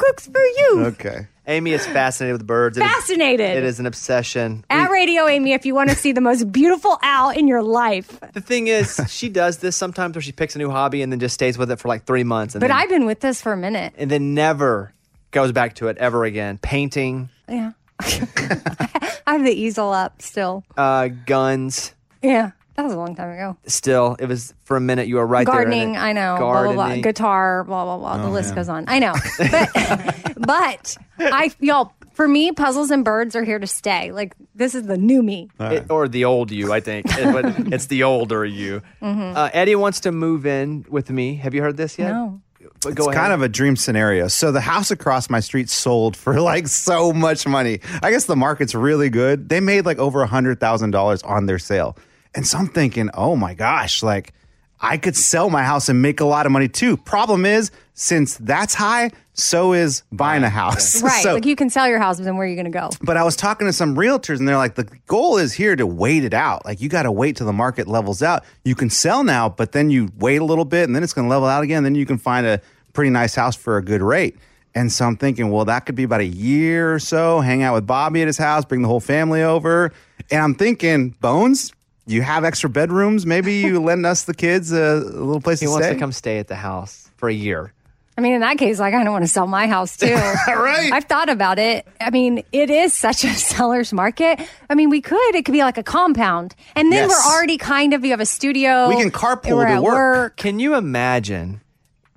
Speaker 2: cooks for you?
Speaker 1: Okay.
Speaker 5: Amy is fascinated with birds. It is-
Speaker 2: Fascinated.
Speaker 5: it is an obsession.
Speaker 2: At Radio Amy, if you want to see the most beautiful owl in your life.
Speaker 5: The thing is, she does this sometimes where she picks a new hobby and then just stays with it for like three months. And
Speaker 2: But
Speaker 5: then,
Speaker 2: I've been with this for a minute.
Speaker 5: and then never goes back to it ever again. Painting,
Speaker 2: Yeah. (laughs) I have the easel up still.
Speaker 5: uh, guns.
Speaker 2: Yeah. That was a long time ago.
Speaker 5: Still, it was for a minute. You were right
Speaker 2: Gardening,
Speaker 5: there.
Speaker 2: I
Speaker 5: in it.
Speaker 2: know.
Speaker 5: Gardening.
Speaker 2: Blah blah blah. Guitar, blah blah blah. the
Speaker 5: Oh,
Speaker 2: list
Speaker 5: man.
Speaker 2: goes on. I know. But (laughs) but I y'all for me, puzzles and birds are here to stay. Like this is the new me.
Speaker 5: It- or the old you, I think. It-
Speaker 2: (laughs)
Speaker 5: but it's the older you.
Speaker 2: Mm-hmm.
Speaker 5: (laughs) Uh, Eddie wants to move in with me. Have you heard this yet? No. But go ahead.
Speaker 1: it's kind of a dream scenario. So the house across my street sold for (laughs) like so much money. I guess the market's really good. They made like over a hundred thousand dollars on their sale, and so I'm thinking, oh my gosh, like I could sell my house and make a lot of money too. Problem is, since that's high, so is buying a house. (laughs)
Speaker 2: Right.
Speaker 1: So-
Speaker 2: like you can sell your house, but then where are you gonna go?
Speaker 1: but I was talking to some realtors and they're like, the goal is here to wait it out. Like you got to wait till the market levels out. You can sell now, but then you wait a little bit and then it's going to level out again. Then you can find a pretty nice house for a good rate. And so I'm thinking, well, that could be about a year or so. Hang out with Bobby at his house, bring the whole family over. And I'm thinking, Bones, you have extra bedrooms.
Speaker 5: (laughs)
Speaker 1: Maybe you lend us the kids a, a little place
Speaker 5: He
Speaker 1: to
Speaker 5: wants
Speaker 1: stay.
Speaker 5: to come stay at the house for a year.
Speaker 2: I mean, in that case, like I don't want to sell my house
Speaker 5: (laughs)
Speaker 2: too. right. I've thought about it. I mean, it is such a (laughs) seller's market. I mean, we could. It could be like a compound, and then
Speaker 5: Yes.
Speaker 2: we're already kind of. You have a studio. and we're Oh, at
Speaker 5: Can you imagine?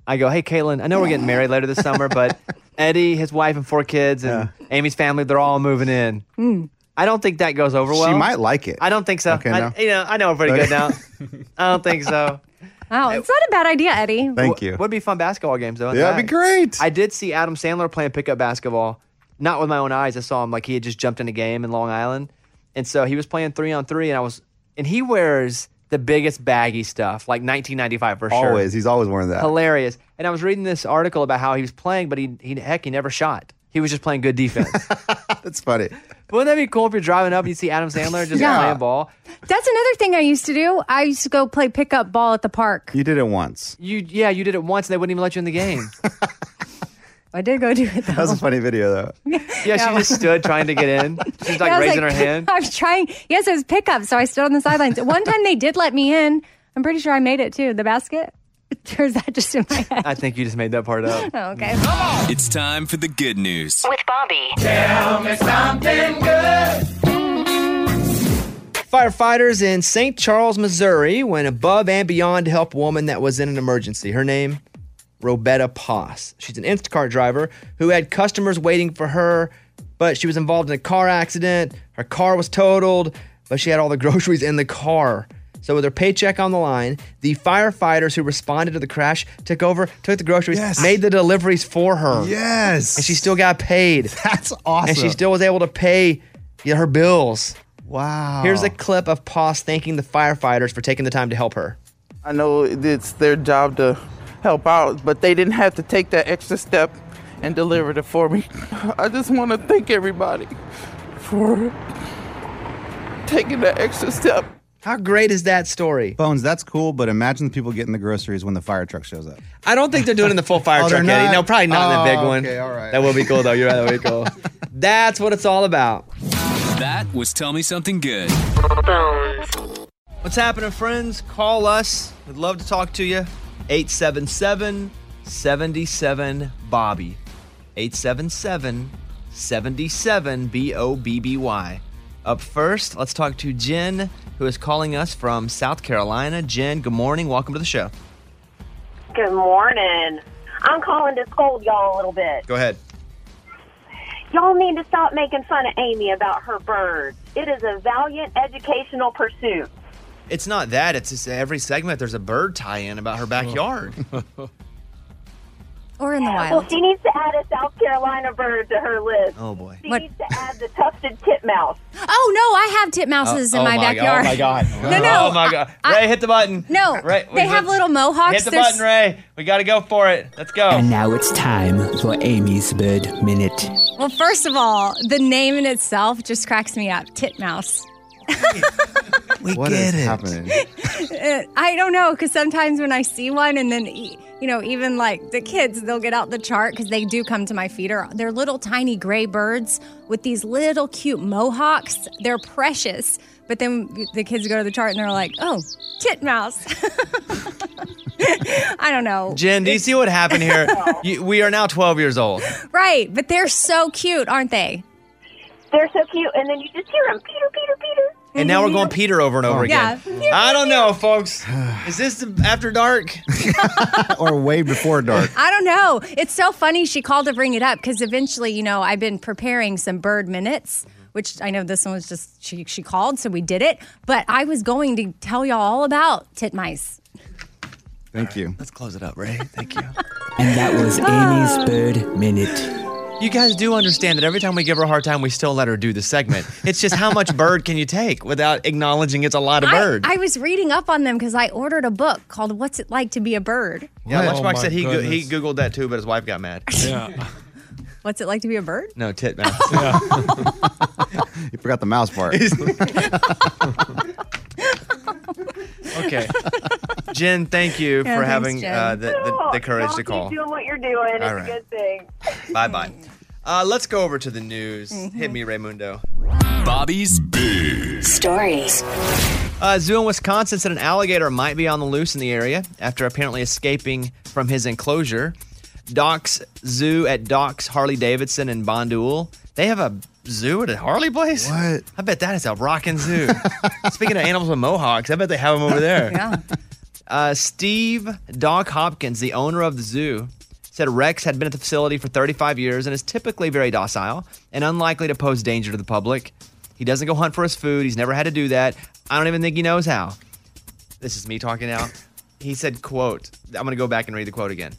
Speaker 5: I go, hey, Caitlin, I know we're getting married later this summer,
Speaker 1: (laughs)
Speaker 5: but Eddie, his wife, and four kids, and Amy's family, they're all moving in.
Speaker 2: Mm.
Speaker 5: I don't think that goes over
Speaker 1: She
Speaker 5: well.
Speaker 1: might like it.
Speaker 5: I don't think so.
Speaker 1: Okay,
Speaker 5: I,
Speaker 1: no.
Speaker 5: You know, I know her pretty
Speaker 1: Okay.
Speaker 5: good
Speaker 1: (laughs)
Speaker 5: now. I don't think so.
Speaker 2: Wow, it's not a bad idea, Eddie.
Speaker 1: Thank you.
Speaker 5: Would be fun basketball games though. in
Speaker 1: Yeah,
Speaker 5: the
Speaker 1: it'd be
Speaker 5: night.
Speaker 1: great.
Speaker 5: I did see Adam Sandler playing pickup basketball, not with my own eyes. I saw him like he had just jumped in a game in Long Island, and so he was playing three on three, and I was, and he wears the biggest baggy stuff, like 1995 for sure.
Speaker 1: Always. He's always wearing that.
Speaker 5: hilarious. And I was reading this article about how he was playing, but he, he heck, he never shot. He was just playing good defense.
Speaker 1: (laughs) That's funny.
Speaker 5: But wouldn't that be cool if you're driving up and you see Adam Sandler just
Speaker 2: Yeah.
Speaker 5: playing ball?
Speaker 2: That's another thing I used to do. I used to go play pickup ball at the park.
Speaker 1: You did it once.
Speaker 5: You yeah, you did it once and they wouldn't even let you in the game.
Speaker 2: I did go do it.
Speaker 1: (laughs) That was a funny video
Speaker 2: (laughs)
Speaker 1: though.
Speaker 5: Yeah, she just stood trying to get in. She's like
Speaker 2: I was
Speaker 5: raising her hand.
Speaker 2: (laughs) I was trying. Yes, it was pickup, so I stood on the sidelines. One time they did let me in. I'm pretty sure I made it too. The basket. (laughs) Or is that just in my head?
Speaker 5: I think you just made that part up.
Speaker 2: Oh, okay.
Speaker 15: It's time for the good news.
Speaker 3: With Bobby.
Speaker 15: Tell me something
Speaker 3: good.
Speaker 5: Firefighters in St. Charles, Missouri went above and beyond to help a woman that was in an emergency. Her name, Robetta Poss. She's an Instacart driver who had customers waiting for her, but she was involved in a car accident. Her car was totaled, but she had all the (laughs) groceries in the car. So with her paycheck on the line, the firefighters who responded to the crash took over, took the groceries, made the deliveries for her.
Speaker 1: Yes.
Speaker 5: And she still got paid.
Speaker 1: (laughs) That's awesome.
Speaker 5: And she still was able to pay yeah, her bills.
Speaker 1: Wow.
Speaker 5: Here's a clip of Poss thanking the firefighters for taking the time to help her.
Speaker 23: I know it's their job to help out, but they didn't have to take that extra step and deliver it for me. (laughs) I just want to thank everybody for taking that extra step.
Speaker 5: How great is that story?
Speaker 1: Bones, that's cool, but imagine the people getting the groceries when the fire truck shows up.
Speaker 5: I don't think they're doing it in the full (laughs) fire
Speaker 1: Oh, they're
Speaker 5: truck, Eddie.
Speaker 1: not?
Speaker 5: No, probably not in the
Speaker 1: Oh,
Speaker 5: big one.
Speaker 1: okay, all right.
Speaker 5: That would be cool, though. You're right. That would be cool. That's what it's all about.
Speaker 15: That was Tell Me Something Good.
Speaker 5: What's happening, friends? Call us. We'd love to talk to you. 877 77 Bobby. 877 77 B O B B Y. Up first, let's talk to Jen, who is calling us from South Carolina. Jen, good morning. Welcome to the show.
Speaker 24: Good morning. I'm calling to scold y'all a little bit.
Speaker 5: Go ahead.
Speaker 24: Y'all need to stop making fun of Amy about her birds. It is a valiant educational pursuit.
Speaker 5: It's not that. It's just every segment there's a bird tie-in about her (laughs) backyard.
Speaker 24: Or in the wild. Well, she needs to add a South Carolina bird to her list.
Speaker 5: oh boy.
Speaker 24: She needs to add the tufted titmouse.
Speaker 2: (laughs) Oh no, I have titmouses in
Speaker 5: Oh, oh
Speaker 2: my, backyard.
Speaker 5: God, oh my god.
Speaker 2: No, no,
Speaker 5: Oh my god. Ray, hit the button.
Speaker 2: (laughs) No,
Speaker 5: Ray, we
Speaker 2: they have
Speaker 5: hit-
Speaker 2: little mohawks.
Speaker 5: Hit the
Speaker 2: There's-
Speaker 5: button, Ray. We got to go for it. Let's go.
Speaker 6: And now it's time for Amy's Bird Minute.
Speaker 2: Well, first of all, the name in itself just cracks me up. Titmouse.
Speaker 1: We what get it. (laughs) happening?
Speaker 2: Uh, I don't know because sometimes when I see one, and then e- you know, even like the kids, they'll get out the chart because they do come to my feeder. They're little tiny gray birds with these little cute mohawks. They're precious. But then the kids go to the chart and they're like, "Oh, titmouse." (laughs) I don't know.
Speaker 5: Jen, do you see what happened here?
Speaker 2: (laughs)
Speaker 5: You- we are now 12 years old.
Speaker 2: Right, but they're so cute, aren't they?
Speaker 24: They're so cute. And then you just hear them Peter, Peter, Peter.
Speaker 5: And now we're going Peter over and over
Speaker 24: Yeah.
Speaker 5: again.
Speaker 2: (laughs)
Speaker 5: I don't
Speaker 2: (sighs)
Speaker 5: know, folks. Is this after dark?
Speaker 1: or way before dark.
Speaker 2: I don't know. It's so funny she called to bring it up because eventually, you know, I've been preparing some bird minutes, which I know this one was just she she called, so we did it. But I was going to tell y'all all about titmice.
Speaker 1: Thank you.
Speaker 5: Let's close it up, Ray. Thank you.
Speaker 6: And that was
Speaker 5: Ah.
Speaker 6: Amy's Bird Minute.
Speaker 5: You guys do understand that every time we give her a hard time, we still let her do the segment. It's just how much bird can you take without acknowledging it's a lot of
Speaker 2: I-
Speaker 5: bird?
Speaker 2: I, was reading up on them because I ordered a book called "What's It Like to Be a Bird."
Speaker 5: yeah,
Speaker 2: What?
Speaker 5: Lunchbox
Speaker 2: Oh,
Speaker 5: said
Speaker 2: my
Speaker 5: he go- he
Speaker 2: goodness.
Speaker 5: googled that too, but his wife got mad. Yeah.
Speaker 2: What's it like to be a bird?
Speaker 5: (laughs) No, titmouse. (laughs)
Speaker 2: (laughs)
Speaker 1: you forgot the mouse part.
Speaker 5: okay. Jen, thank you
Speaker 24: Yeah,
Speaker 5: for
Speaker 24: thanks,
Speaker 5: having
Speaker 24: Jen.
Speaker 5: uh, the, the, the courage
Speaker 24: Oh, Y'all
Speaker 5: to
Speaker 24: keep
Speaker 5: call.
Speaker 24: doing what you're doing. It's
Speaker 5: All right.
Speaker 24: a good thing.
Speaker 5: Bye bye. Uh, let's go over to the news.
Speaker 24: Mm-hmm.
Speaker 5: Hit me, Raymundo. Bobby's Big
Speaker 25: Stories.
Speaker 5: A Uh, zoo in Wisconsin said an alligator might be on the loose in the area after apparently escaping from his enclosure. Doc's Zoo at Doc's Harley Davidson in Bondul. They have a zoo at a Harley place? What? I bet that is a rockin' zoo. Speaking of animals with mohawks, I bet they have them over there.
Speaker 2: Yeah.
Speaker 5: Uh, Steve Doc Hopkins, the owner of the zoo, said Rex had been at the facility for 35 years and is typically very docile and unlikely to pose danger to the public. He doesn't go hunt for his food. He's never had to do that. I don't even think he knows how. This is me talking now. He said, quote, I'm going to go back and read the quote again.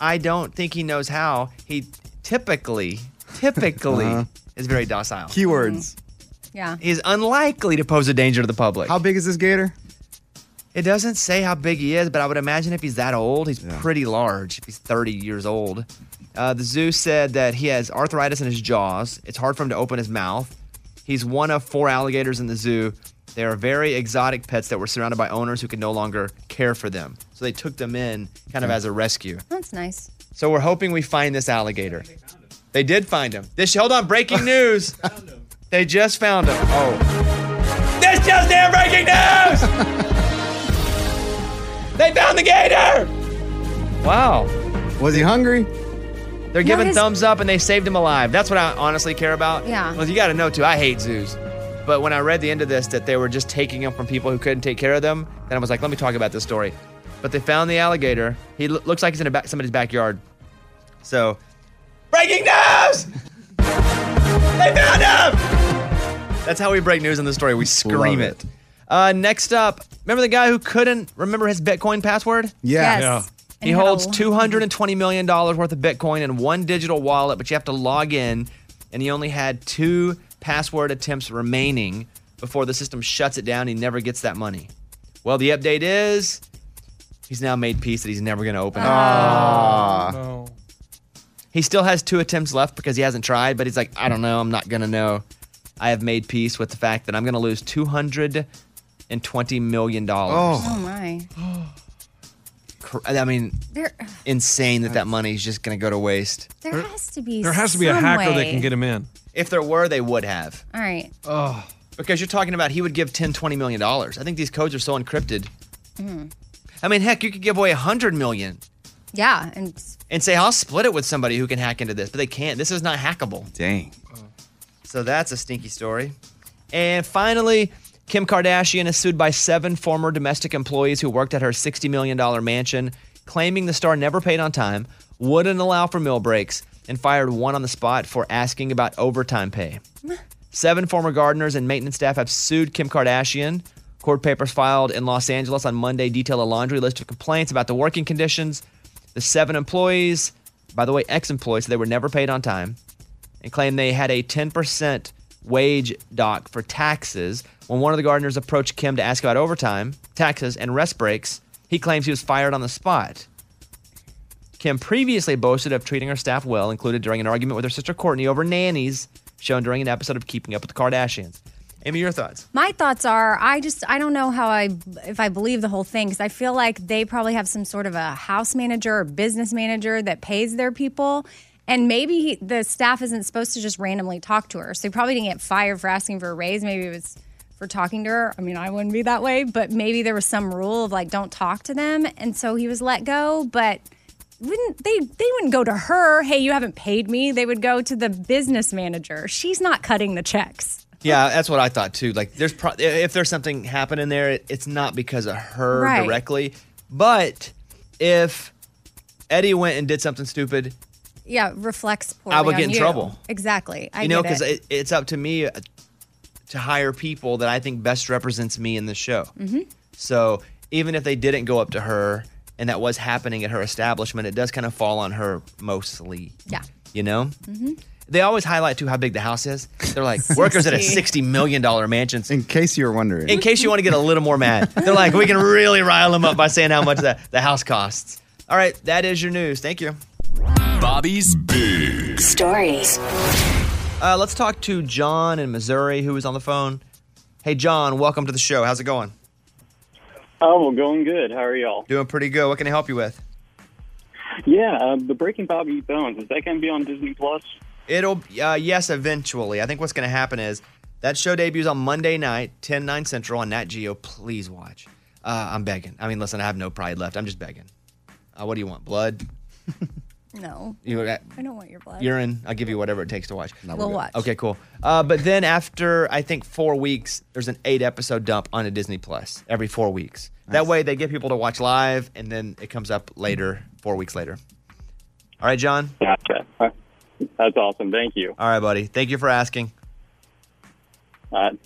Speaker 5: I don't think he knows how. He typically, typically
Speaker 1: Uh-huh.
Speaker 5: is very docile.
Speaker 1: Keywords.
Speaker 2: Yeah.
Speaker 5: He is unlikely to pose a danger to the public. How
Speaker 1: big is this gator?
Speaker 5: It doesn't say how big he is, but I would imagine if he's that old, he's pretty large. If he's 30 years old, uh, the zoo said that he has arthritis in his jaws. It's hard for him to open his mouth. He's one of four alligators in the zoo. They are very exotic pets that were surrounded by owners who could no longer care for them. So they took them in kind of as a rescue.
Speaker 2: That's nice.
Speaker 5: So we're hoping we find this alligator. They did find him. This hold on, breaking (laughs) news. They just found him. Oh. This just damn breaking news! (laughs) they found the gator! Wow.
Speaker 1: Was he hungry?
Speaker 5: They're giving thumbs up and they saved him alive. That's what I honestly care about.
Speaker 2: Yeah.
Speaker 5: Well, you gotta know too, I hate zoos. But when I read the end of this that they were just taking them from people who couldn't take care of them, then I was like, let me talk about this story. But they found the alligator. He lo- looks like he's in a back, somebody's backyard. So, breaking news! they found him! That's how we break news in the story. We scream it. Uh, next up, remember the guy who couldn't remember his Bitcoin password?
Speaker 1: Yeah. Yes. Yeah.
Speaker 5: He
Speaker 1: And had a
Speaker 5: holds $220 million worth of Bitcoin in one digital wallet, but you have to log in, and he only had two password attempts remaining before the system shuts it down. He never gets that money. Well, the update is he's now made peace that he's never going to open it.
Speaker 2: Ah. Oh,
Speaker 5: He still has two attempts left because he hasn't tried, but he's like, I don't know. I'm not going to know. I have made peace with the fact that I'm going to lose $220 million.
Speaker 2: oh my.
Speaker 5: Cr- I mean,
Speaker 2: There,
Speaker 5: insane that that money is just going to go to waste.
Speaker 2: there has to be. some way.
Speaker 5: him in. If there were, they would have.
Speaker 2: All right.
Speaker 5: Oh. Because you're talking about he would give 10, 20 million dollars. I think these codes are so encrypted.
Speaker 2: Mm.
Speaker 5: I mean, heck, you could give away 100 million
Speaker 2: Yeah, and
Speaker 5: and say, I'll split it with somebody who can hack into this, but they can't. This is not hackable. Dang. So that's a stinky story. And finally, Kim Kardashian is sued by seven former domestic employees who worked at her $60 million mansion, claiming the star never paid on time, wouldn't allow for meal breaks, and fired one on the spot for asking about overtime pay. Seven former gardeners and maintenance staff have sued Kim Kardashian. Court papers filed in Los Angeles on Monday detail a laundry list of complaints about the working conditions. The seven employees, by the way, ex employees, they were never paid on time and claimed they had a 10% wage dock for taxes. When one of the gardeners approached Kim to ask about overtime, taxes, and rest breaks, he claims he was fired on the spot. Kim previously boasted of treating her staff well, included during an argument with her sister Courtney over nannies, shown during an episode of Keeping Up with the Kardashians. Amy, your thoughts?
Speaker 2: my thoughts are, I just, I don't know how I, if I believe the whole thing, because I feel like they probably have some sort of a house manager or business manager that pays their people. And maybe he, the staff isn't supposed to just randomly talk to her. So he probably didn't get fired for asking for a raise. Maybe it was for talking to her. I mean, I wouldn't be that way, but maybe there was some rule of like, don't talk to them. And so he was let go. But wouldn't they they wouldn't go to her hey you haven't paid me they would go to the business manager she's not cutting the checks
Speaker 5: Yeah, that's what I thought too. Like, there's pro- if there's something happening there, it, it's not because of her
Speaker 2: Right.
Speaker 5: directly. But if Eddie went and did something stupid,
Speaker 2: yeah reflects poorly
Speaker 5: I would get
Speaker 2: on
Speaker 5: in
Speaker 2: you.
Speaker 5: trouble.
Speaker 2: exactly I
Speaker 5: you know,
Speaker 2: get
Speaker 5: because it. it's up to me uh, to hire people that I think best represents me in the show.
Speaker 2: Mhm.
Speaker 5: So even if they didn't go up to her and that was happening at her establishment, it does kind of fall on her mostly.
Speaker 2: yeah
Speaker 5: You know,
Speaker 2: hmm
Speaker 5: they always highlight too how big the house is. They're
Speaker 1: (laughs)
Speaker 5: like workers at a sixty million dollar mansion.
Speaker 1: In case you were wondering.
Speaker 5: in case you want to get a little more mad, they're like, we can really rile them up by saying how much the, the house costs. All right, that is your news. Thank you.
Speaker 4: Bobby's Big
Speaker 26: Stories.
Speaker 5: Uh, let's talk to John in Missouri, who is on the phone. Hey, John, welcome to the show. How's it going?
Speaker 10: Oh, well, going good. How are y'all?
Speaker 5: Doing pretty good. What can I help you with?
Speaker 10: Yeah, uh, the Breaking Bobby Bones is that going to be on Disney Plus?
Speaker 5: It'll, uh, yes, eventually. I think what's going to happen is that show debuts on Monday night, 10, 9 central on Nat Geo. Please watch. Uh, I'm begging. I mean, listen, I have no pride left. I'm just begging. Uh, what do you want? Blood?
Speaker 2: no
Speaker 5: You, uh,
Speaker 2: I don't want your blood
Speaker 5: urine. I'll give you whatever it takes to watch.
Speaker 2: we're We'll good. watch.
Speaker 5: Okay, cool. Uh, but then after I think four weeks, there's an eight episode dump on a Disney Plus every four weeks. That way they get people to watch live, and then it comes up later, four weeks later. All right, John.
Speaker 10: Gotcha. That's awesome. Thank you.
Speaker 5: All right, buddy. Thank you for asking.
Speaker 10: All right.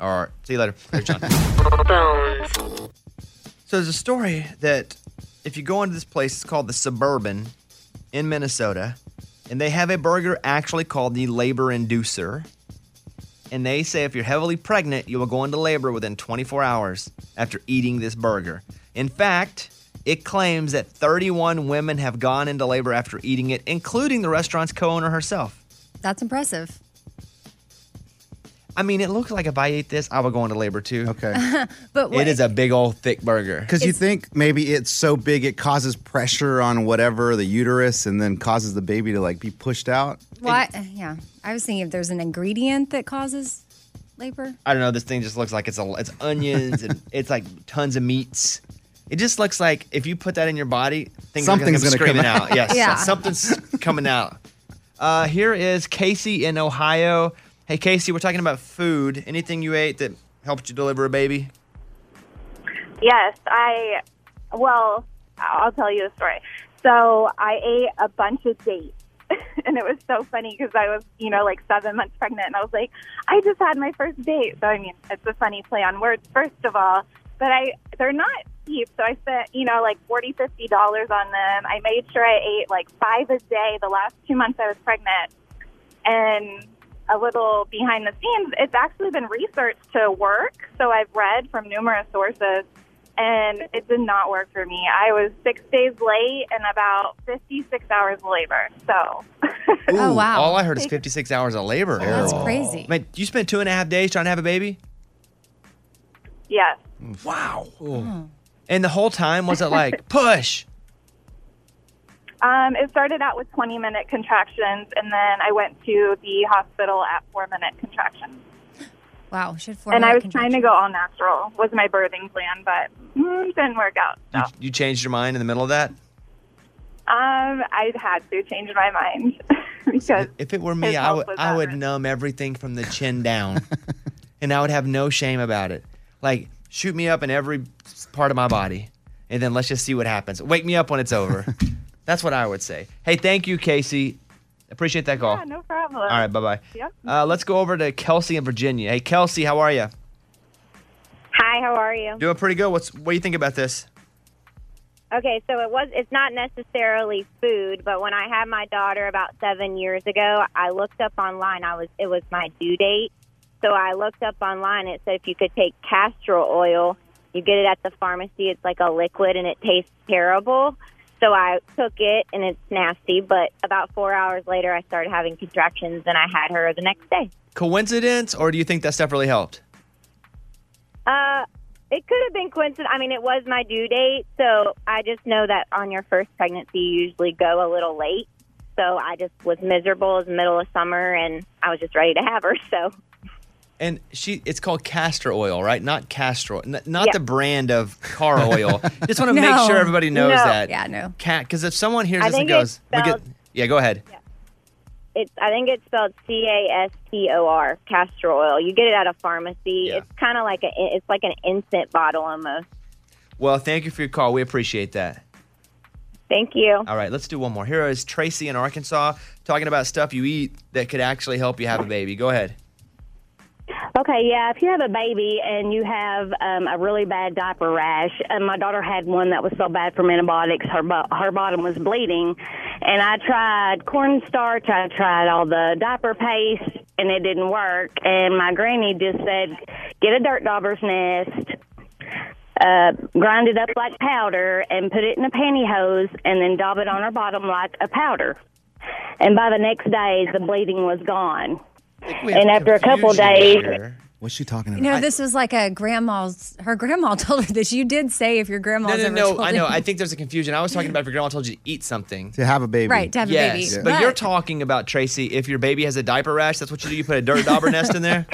Speaker 5: All right. See you later. Later, John. so there's a story that if you go into this place, it's called the Suburban in Minnesota, and they have a burger actually called the Labor Inducer. And they say if you're heavily pregnant, you will go into labor within 24 hours after eating this burger. In fact, it claims that 31 women have gone into labor after eating it, including the restaurant's co owner herself.
Speaker 2: that's impressive
Speaker 5: I mean, it looks like if I ate this, I would go into labor too.
Speaker 2: (laughs)
Speaker 5: Okay.
Speaker 2: but what,
Speaker 5: it is a big old thick burger.
Speaker 1: Because you think maybe it's so big it causes pressure on whatever the uterus and then causes the baby to like be pushed out.
Speaker 2: why yeah I was thinking if there's an ingredient that causes labor
Speaker 5: I don't know. This thing just looks like it's a, it's onions
Speaker 1: (laughs)
Speaker 5: and it's like tons of meats. It just looks like if you put that in your body, things
Speaker 1: Something's
Speaker 5: are
Speaker 1: gonna
Speaker 5: going
Speaker 1: come
Speaker 5: to come screaming
Speaker 1: out.
Speaker 5: out. Yes,
Speaker 1: Yeah.
Speaker 5: something's coming out. Uh, here is Casey in Ohio. Hey, Casey, we're talking about food. Anything you ate that helped you deliver a baby?
Speaker 27: Yes, I Well, I'll tell you a story. So I ate a bunch of dates. (laughs) and it was so funny because I was, you know, like seven months pregnant, and I was like, I just had my first date. So I mean, it's a funny play on words, first of all. But I, they're not cheap, so I spent, you know, like forty, fifty dollars on them. I made sure I ate like five a day the last two months I was pregnant, and a little behind the scenes, it's actually been researched to work. So I've read from numerous sources, and it did not work for me. I was six days late and about 56 hours of labor. So
Speaker 5: oh wow! All I heard is 56 hours of labor.
Speaker 27: that's Terrible. crazy.
Speaker 5: Man, you spent two and a half days trying to have a baby,
Speaker 27: Yes.
Speaker 5: Wow. and the whole time was it like push?
Speaker 27: Um, it started out with 20 minute contractions, and then I went to the hospital at four minute contractions.
Speaker 28: Wow, she had four.
Speaker 27: and I was
Speaker 28: minute
Speaker 27: trying to go all natural, was my birthing plan, but mm, didn't work out.
Speaker 5: You, you changed your mind in the middle of that?
Speaker 27: Um, I had to change my mind (laughs) because
Speaker 5: If it were me,
Speaker 27: His
Speaker 5: I
Speaker 27: health
Speaker 5: would
Speaker 27: was
Speaker 5: I would numb everything from the chin down, and I would have no shame about it. Like shoot me up in every part of my body, and then let's just see what happens. Wake me up when it's over. That's what I would say. Hey, thank you, Casey. Appreciate that call.
Speaker 27: yeah, no problem.
Speaker 5: All right, bye bye.
Speaker 27: Yep.
Speaker 5: Uh, let's go over to Kelsey in Virginia. Hey, Kelsey, how are you?
Speaker 11: Hi, how are you?
Speaker 5: Doing pretty good. What's what do you think about this?
Speaker 11: Okay, so it was it's not necessarily food, but when I had my daughter about 7 years ago, I looked up online. I was it was my due date. So I looked up online it said if you could take castor oil, you get it at the pharmacy. It's like a liquid and it tastes terrible. So I took it and it's nasty, but about 4 hours later I started having contractions and I had her the next day.
Speaker 5: Coincidence, or do you think that stuff really helped?
Speaker 11: Uh, it could have been coincidence. I mean, it was my due date, so I just know that on your first pregnancy, you usually go a little late. So I just was miserable. It was the middle of summer, and I was just ready to have her. (laughs) So
Speaker 5: And she, it's called castor oil, right? Not castor, n- not
Speaker 11: Yeah.
Speaker 5: the brand of car
Speaker 11: (laughs)
Speaker 5: oil. Just want to make
Speaker 11: No.
Speaker 5: sure everybody knows
Speaker 11: No.
Speaker 5: that.
Speaker 11: Yeah, no.
Speaker 5: Cat, because if someone hears
Speaker 11: I
Speaker 5: this and
Speaker 11: think it's
Speaker 5: goes, we get,
Speaker 11: spelled-
Speaker 5: yeah, go ahead.
Speaker 11: it's I think it's spelled C A S T O R castor oil. You get it at a pharmacy. It's kind of like a it's like an instant bottle almost.
Speaker 5: Well, thank you for your call. We appreciate that.
Speaker 11: Thank you.
Speaker 5: All right, let's do one more. Here is Tracy in Arkansas talking about stuff you eat that could actually help you have a baby. Go ahead.
Speaker 24: Okay, yeah. If you have a baby and you have um, a really bad diaper rash, and my daughter had one that was so bad from antibiotics, her bo- her bottom was bleeding, and I tried cornstarch, I tried all the diaper paste, and it didn't work. And my granny just said, "Get a dirt dauber's nest, uh, grind it up like powder, and put it in a pantyhose, and then daub it on her bottom like a powder." And by the next day, the bleeding was gone. And after a couple days,
Speaker 1: What's she talking
Speaker 2: You
Speaker 1: about?
Speaker 2: know, this was like a grandma's. Her grandma (laughs) told her this. You did say if your grandma's
Speaker 5: no,
Speaker 2: ever
Speaker 5: no,
Speaker 2: told
Speaker 5: no. I know.
Speaker 2: you-
Speaker 5: I think there's a confusion. I was talking about if your grandma told you to eat something.
Speaker 1: to have a baby.
Speaker 2: Right, to have
Speaker 5: yes,
Speaker 2: a baby.
Speaker 5: But, you're talking about Tracy. If your baby has a diaper rash, that's what you do. You put a dirt (laughs) dauber nest in there.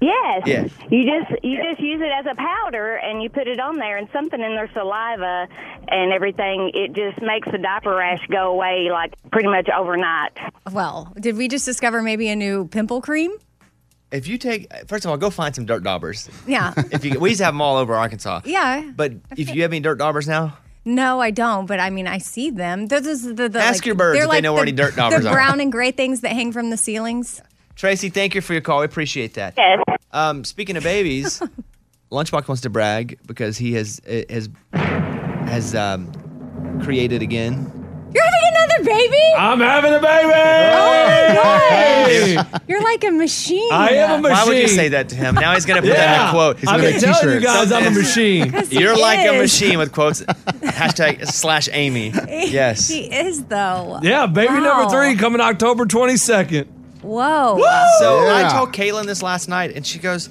Speaker 24: Yes.
Speaker 5: Yeah.
Speaker 24: You just you just use it as a powder and you put it on there and something in their saliva and everything it just makes the diaper rash go away like pretty much overnight.
Speaker 2: Well, did we just discover maybe a new pimple cream?
Speaker 5: If you take, first of all, go find some dirt daubers. (laughs)
Speaker 2: Yeah.
Speaker 5: If you, we used to have them all over Arkansas.
Speaker 2: yeah.
Speaker 5: But if you have any dirt daubers now,
Speaker 2: No, I don't. But I mean, I see them. They're just the, the,
Speaker 5: Ask
Speaker 2: like-
Speaker 5: your birds
Speaker 2: they're
Speaker 5: if they
Speaker 2: like
Speaker 5: know
Speaker 2: the,
Speaker 5: where any dirt daubers
Speaker 2: the
Speaker 5: are.
Speaker 2: brown and gray things that hang from the ceilings.
Speaker 5: Tracy, thank you for your call. We appreciate that.
Speaker 24: Yes.
Speaker 5: Um, speaking
Speaker 2: (laughs)
Speaker 5: of babies, Lunchbox wants to brag because he has has has um, created again.
Speaker 2: You're having another baby.
Speaker 5: I'm having a baby.
Speaker 2: Oh my gosh! You're like a machine.
Speaker 5: Why would you say that to him? Now he's going to put that in
Speaker 16: Yeah.
Speaker 5: a quote.
Speaker 16: He's I've gonna been make telling you t-shirts. guys I'm a machine.
Speaker 2: 'Cause he
Speaker 5: You're like a
Speaker 2: is.
Speaker 5: machine
Speaker 2: (laughs)
Speaker 5: with quotes. Hashtag slash Amy. Yes.
Speaker 2: he is though.
Speaker 16: (laughs) Yeah, baby
Speaker 2: Wow.
Speaker 16: number three coming October 22nd.
Speaker 2: Whoa.
Speaker 5: So I
Speaker 16: Yeah.
Speaker 5: told Caitlin this last night, and she goes,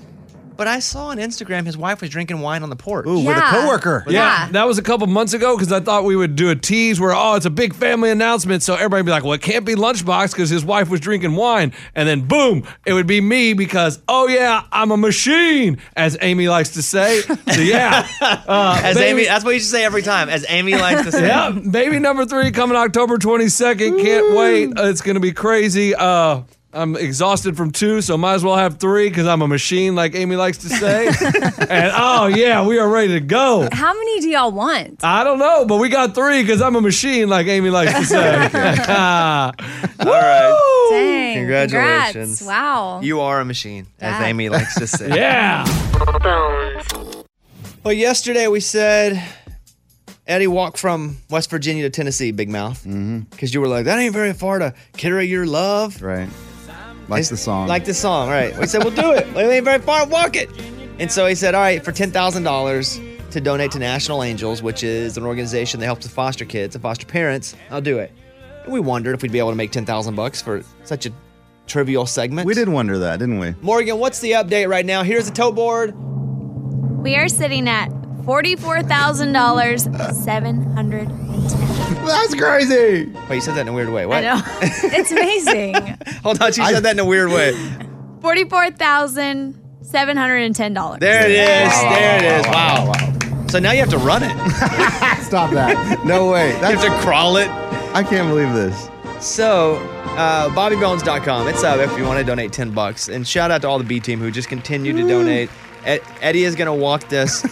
Speaker 5: "But I saw on Instagram his wife was drinking wine on the porch
Speaker 16: Ooh, with a Yeah. coworker. Yeah, that was a couple months ago because I thought we would do a tease where, oh, it's a big family announcement. So everybody would be like, well, it can't be Lunchbox because his wife was drinking wine. And then, boom, it would be me because, oh, yeah, I'm a machine, as Amy likes to say. So,
Speaker 5: (laughs)
Speaker 16: yeah. Uh,
Speaker 5: As
Speaker 16: baby-
Speaker 5: Amy, that's what you should say every time. As Amy (laughs) likes
Speaker 16: (laughs)
Speaker 5: to say.
Speaker 16: Yeah, baby number three coming October 22nd. Can't wait. Uh, It's going to be crazy. Uh, I'm exhausted from two, so might as well have three because I'm a machine, like Amy likes to
Speaker 5: (laughs)
Speaker 16: say. and oh, yeah, we are ready to go.
Speaker 2: How many do y'all want?
Speaker 16: I don't know, but we got three because I'm a machine, like Amy likes
Speaker 5: (laughs)
Speaker 16: to say. (laughs) All right.
Speaker 2: Dang.
Speaker 5: Congratulations.
Speaker 2: Congrats. Wow.
Speaker 5: You are a machine, as
Speaker 2: Yeah.
Speaker 5: Amy likes to say.
Speaker 16: (laughs) yeah.
Speaker 5: Well, yesterday we said Eddie walked from West Virginia to Tennessee, Big Mouth, because
Speaker 16: Mm-hmm.
Speaker 5: you were like, that ain't very far to carry your love.
Speaker 1: Right. Like the song.
Speaker 5: Like the song, right? We said, we'll do it. We ain't very far, walk it. And so he said, all right, for $10,000 to donate to National Angels, which is an organization that helps to foster kids and foster parents, I'll do it. And we wondered if we'd be able to make 10000 bucks for such a trivial segment. We
Speaker 1: did wonder that, didn't we?
Speaker 5: Morgan, what's the update right now? Here's the tow board.
Speaker 3: We are sitting at forty-four thousand dollars seven hundred.
Speaker 1: That's crazy.
Speaker 5: Wait, you said that in a weird way.
Speaker 3: I
Speaker 5: What? (laughs)
Speaker 3: know. it's amazing.
Speaker 5: Hold on, she said that in a weird way.
Speaker 3: Forty-four thousand seven hundred and ten dollars.
Speaker 5: There
Speaker 1: (laughs)
Speaker 5: it is. there it is. Wow. So now you have to run it.
Speaker 1: Stop that. (laughs) No way. That's,
Speaker 5: you have to crawl it.
Speaker 1: I can't believe this.
Speaker 5: So, uh, BobbyBones.com. It's up if you want to donate 10 bucks. And shout out to all the B team who just continue to donate. Ed- Eddie is going to walk this.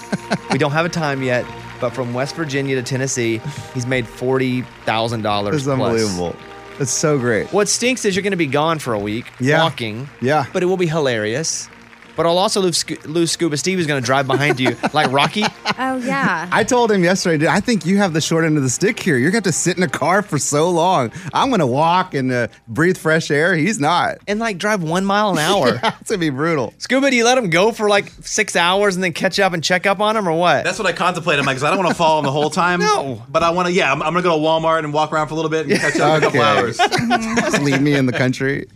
Speaker 5: we don't have a time yet, but from West Virginia to Tennessee, he's made $40,000.
Speaker 1: This is unbelievable. It's so great.
Speaker 5: What stinks is you're going to be gone for a week
Speaker 1: Yeah.
Speaker 5: walking.
Speaker 1: Yeah.
Speaker 5: But it will be hilarious. But I'll also lose, Sco- lose Scuba Steve, who's going to drive behind
Speaker 1: (laughs)
Speaker 5: you like Rocky.
Speaker 2: Oh, yeah.
Speaker 1: I told him yesterday, dude, I think you have the short end of the stick here. You're going to have to sit in a car for so long. I'm going to walk and uh, breathe fresh air. He's not.
Speaker 5: And like drive one mile an
Speaker 1: (laughs)
Speaker 5: hour.
Speaker 1: yeah, it's going to be brutal.
Speaker 5: Scuba, do you let him go for like six hours and then catch up and check up on him or what?
Speaker 9: That's what I contemplated, Mike, because I don't want to follow him the
Speaker 5: (laughs)
Speaker 9: whole time. No. But I want to, yeah, I'm, I'm going to go to Walmart and walk around for a little bit and catch up in a couple hours.
Speaker 1: (laughs) Just leave me in the country.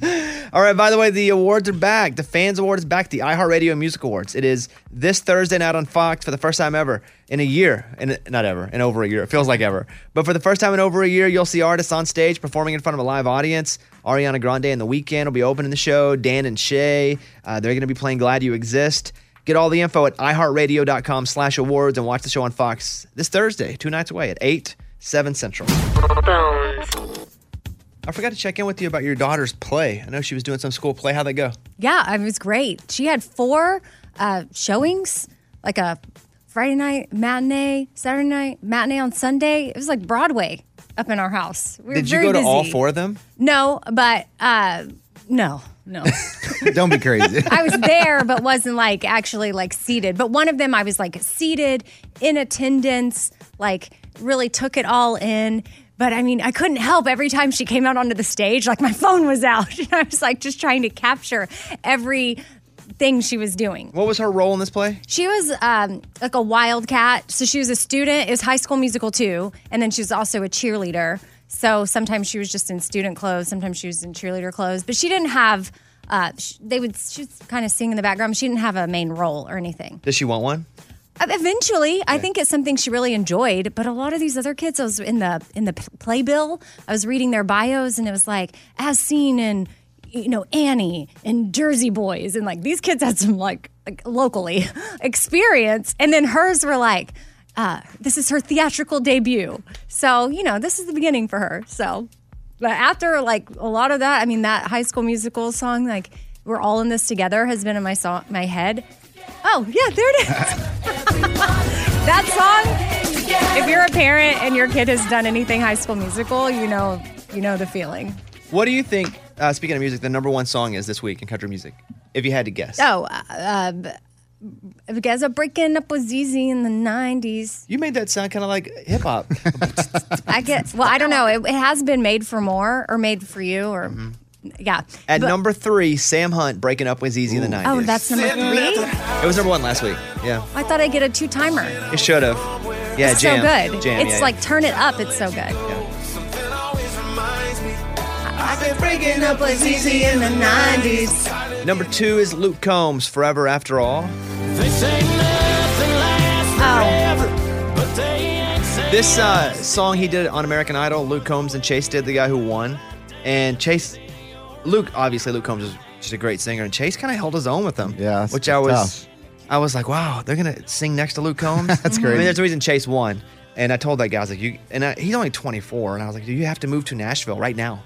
Speaker 5: All right, by the way, the awards are back. The Fans Award is back, the iHeartRadio Music Awards. It is this Thursday night on Fox for the first time ever in a year. In not ever, in over a year. It feels like ever. But for the first time in over a year, you'll see artists on stage performing in front of a live audience. Ariana Grande and The Weeknd will be opening the show. Dan and Shay, uh, they're going to be playing Glad You Exist. Get all the info at iHeartRadio.com slash awards and watch the show on Fox this Thursday, two nights away at 8, 7 Central. I forgot to check in with you about your daughter's play. I know she was doing some school play. How'd that go?
Speaker 2: Yeah, it was great. She had four uh, showings, like a Friday night matinee, Saturday night matinee on Sunday. It was like Broadway up in our house. We were
Speaker 5: Did you
Speaker 2: very
Speaker 5: go to all
Speaker 2: busy.
Speaker 5: four of them?
Speaker 2: No, but uh, no, no.
Speaker 1: Don't
Speaker 5: (laughs)
Speaker 1: be crazy.
Speaker 2: I
Speaker 1: (laughs)
Speaker 2: was there, but wasn't like actually like seated. But one of them, I was like seated in attendance, like really took it all in. But I mean, I couldn't help every time she came out onto the stage, like my phone was out. (laughs) And I was like just trying to capture every thing she was doing.
Speaker 5: What was her role in this play?
Speaker 2: She was um, like a wildcat. So she was a student, is high school musical too. And then she was also a cheerleader. So sometimes she was just in student clothes, sometimes she was in cheerleader clothes. But she didn't have, uh, sh- they would, she was kind of sing in the background. She didn't have a main role or anything.
Speaker 5: Does she want one?
Speaker 2: Uh, Eventually, I think it's something she really enjoyed. But a lot of these other kids, I was in the in the p- playbill. I was reading their bios, and it was like, as seen in, you know, Annie and Jersey Boys, and like these kids had some like, like locally (laughs) experience, and then hers were like, uh, this is her theatrical debut. So you know, this is the beginning for her. So, but after like a lot of that, I mean, that High School Musical song, like we're all in this together, has been in my song my head. Oh yeah, there it is. That song, if you're a parent and your kid has done anything high school musical, you know you know the feeling.
Speaker 5: What do you think, uh, speaking of music, the number one song is this week in country music? If you had to guess.
Speaker 2: Oh, uh, uh, guys are breaking up with Zizi in the 90s.
Speaker 5: You made that sound kind of like hip hop.
Speaker 2: (laughs) I get, well, I don't know. It, it has been made for more or made for you or, yeah.
Speaker 5: Mm-hmm. At
Speaker 2: But-
Speaker 5: number three, Sam Hunt breaking up with Easy in the 90s.
Speaker 2: Oh, that's number three?
Speaker 5: It was number one last week. Yeah.
Speaker 2: I thought I'd get a two timer.
Speaker 5: It should have. Yeah,
Speaker 2: it's
Speaker 5: jam.
Speaker 2: so good.
Speaker 5: Jam,
Speaker 2: it's
Speaker 5: yeah,
Speaker 2: like turn it up. It's so good.
Speaker 4: I've been breaking up with easy in the 90s.
Speaker 5: yeah. Number two is Luke Combs, Forever After All.
Speaker 4: They say nothing lasts forever, but they ain't saying
Speaker 5: This uh, song he did on American Idol, Luke Combs and Chase did, the guy who won. And Chase, Luke, obviously, Luke Combs is just a great singer, and Chase kind of held his own with him. Yeah, which I was, I was like, wow, they're gonna sing next to Luke Combs. that's I
Speaker 1: crazy.
Speaker 5: mean, there's a reason Chase won. And I told that guy, I was like, you, and I, he's only 24, and I was like, dude, you have to move to Nashville right now.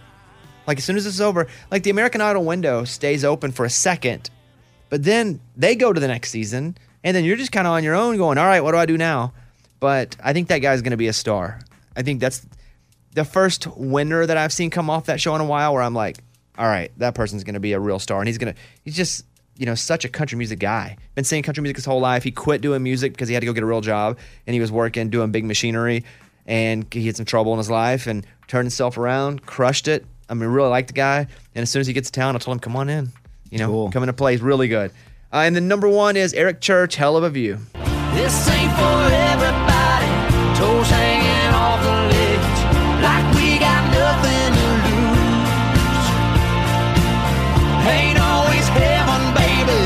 Speaker 5: Like as soon as this is over, like the American Idol window stays open for a second, but then they go to the next season, and then you're just kind of on your own, going, "All right, what do I do now?" But I think that guy's going to be a star. I think that's the first winner that I've seen come off that show in a while, where I'm like, "All right, that person's going to be a real star," and he's going to he's just you know such a country music guy. Been singing country music his whole life. He quit doing music because he had to go get a real job, and he was working doing big machinery and he had some trouble in his life and turned himself around, crushed it. I mean, really liked the guy. And as soon as he gets to town, I told him, come on in. You know, come into play. He's really good. Uh, and then number one is Eric Church, Hell of a View.
Speaker 4: This ain't for everybody. Toes hanging off the ledge, like we got nothing to lose. Ain't always heaven, baby.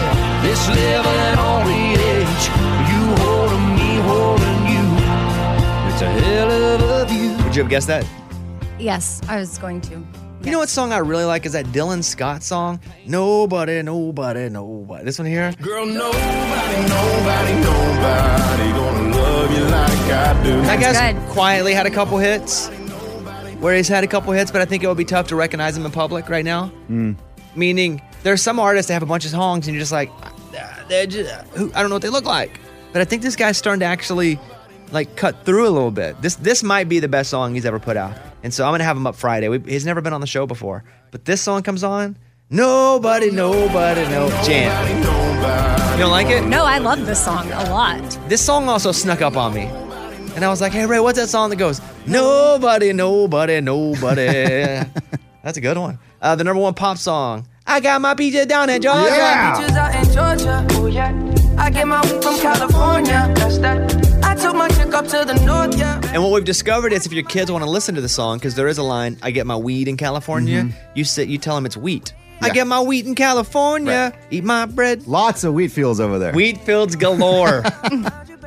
Speaker 4: This living on the edge. You holding me, holding you. It's a hell of a view.
Speaker 5: Would you have guessed that?
Speaker 2: Yes, I was going to.
Speaker 5: You know what song I really like is that Dylan Scott song? Nobody, nobody, nobody. This one here?
Speaker 4: Girl, nobody, nobody, nobody gonna love you like I do.
Speaker 5: That guy's quietly had a couple hits. Where he's had a couple hits, but I think it would be tough to recognize him in public right now.
Speaker 1: Mm.
Speaker 5: Meaning, there's some artists that have a bunch of songs, and you're just like, "Ah, they're ju- who- I don't know what they look like. But I think this guy's starting to actually like cut through a little bit. This this might be the best song he's ever put out, and so I'm gonna have him up Friday. We, he's never been on the show before, but this song comes on. Nobody, nobody, no jam. You don't like it?
Speaker 2: No, I love this song a lot.
Speaker 5: This song also snuck up on me. And I was like, hey, Ray, what's that song that goes, nobody, nobody, nobody? That's a good one. Uh, the number one pop song. I got my peaches down in Georgia.
Speaker 4: Peaches out in Georgia. Oh yeah. I get my weed from California. That's that. I took my chick up to the north. Yeah.
Speaker 5: And what we've discovered is if your kids want to listen to the song, because there is a line, I get my weed in California,
Speaker 1: Mm-hmm.
Speaker 5: you sit, you tell them it's wheat. I get my wheat in California, eat my bread.
Speaker 1: Lots of wheat fields over there.
Speaker 5: Wheat fields
Speaker 1: (laughs)
Speaker 5: galore. (laughs)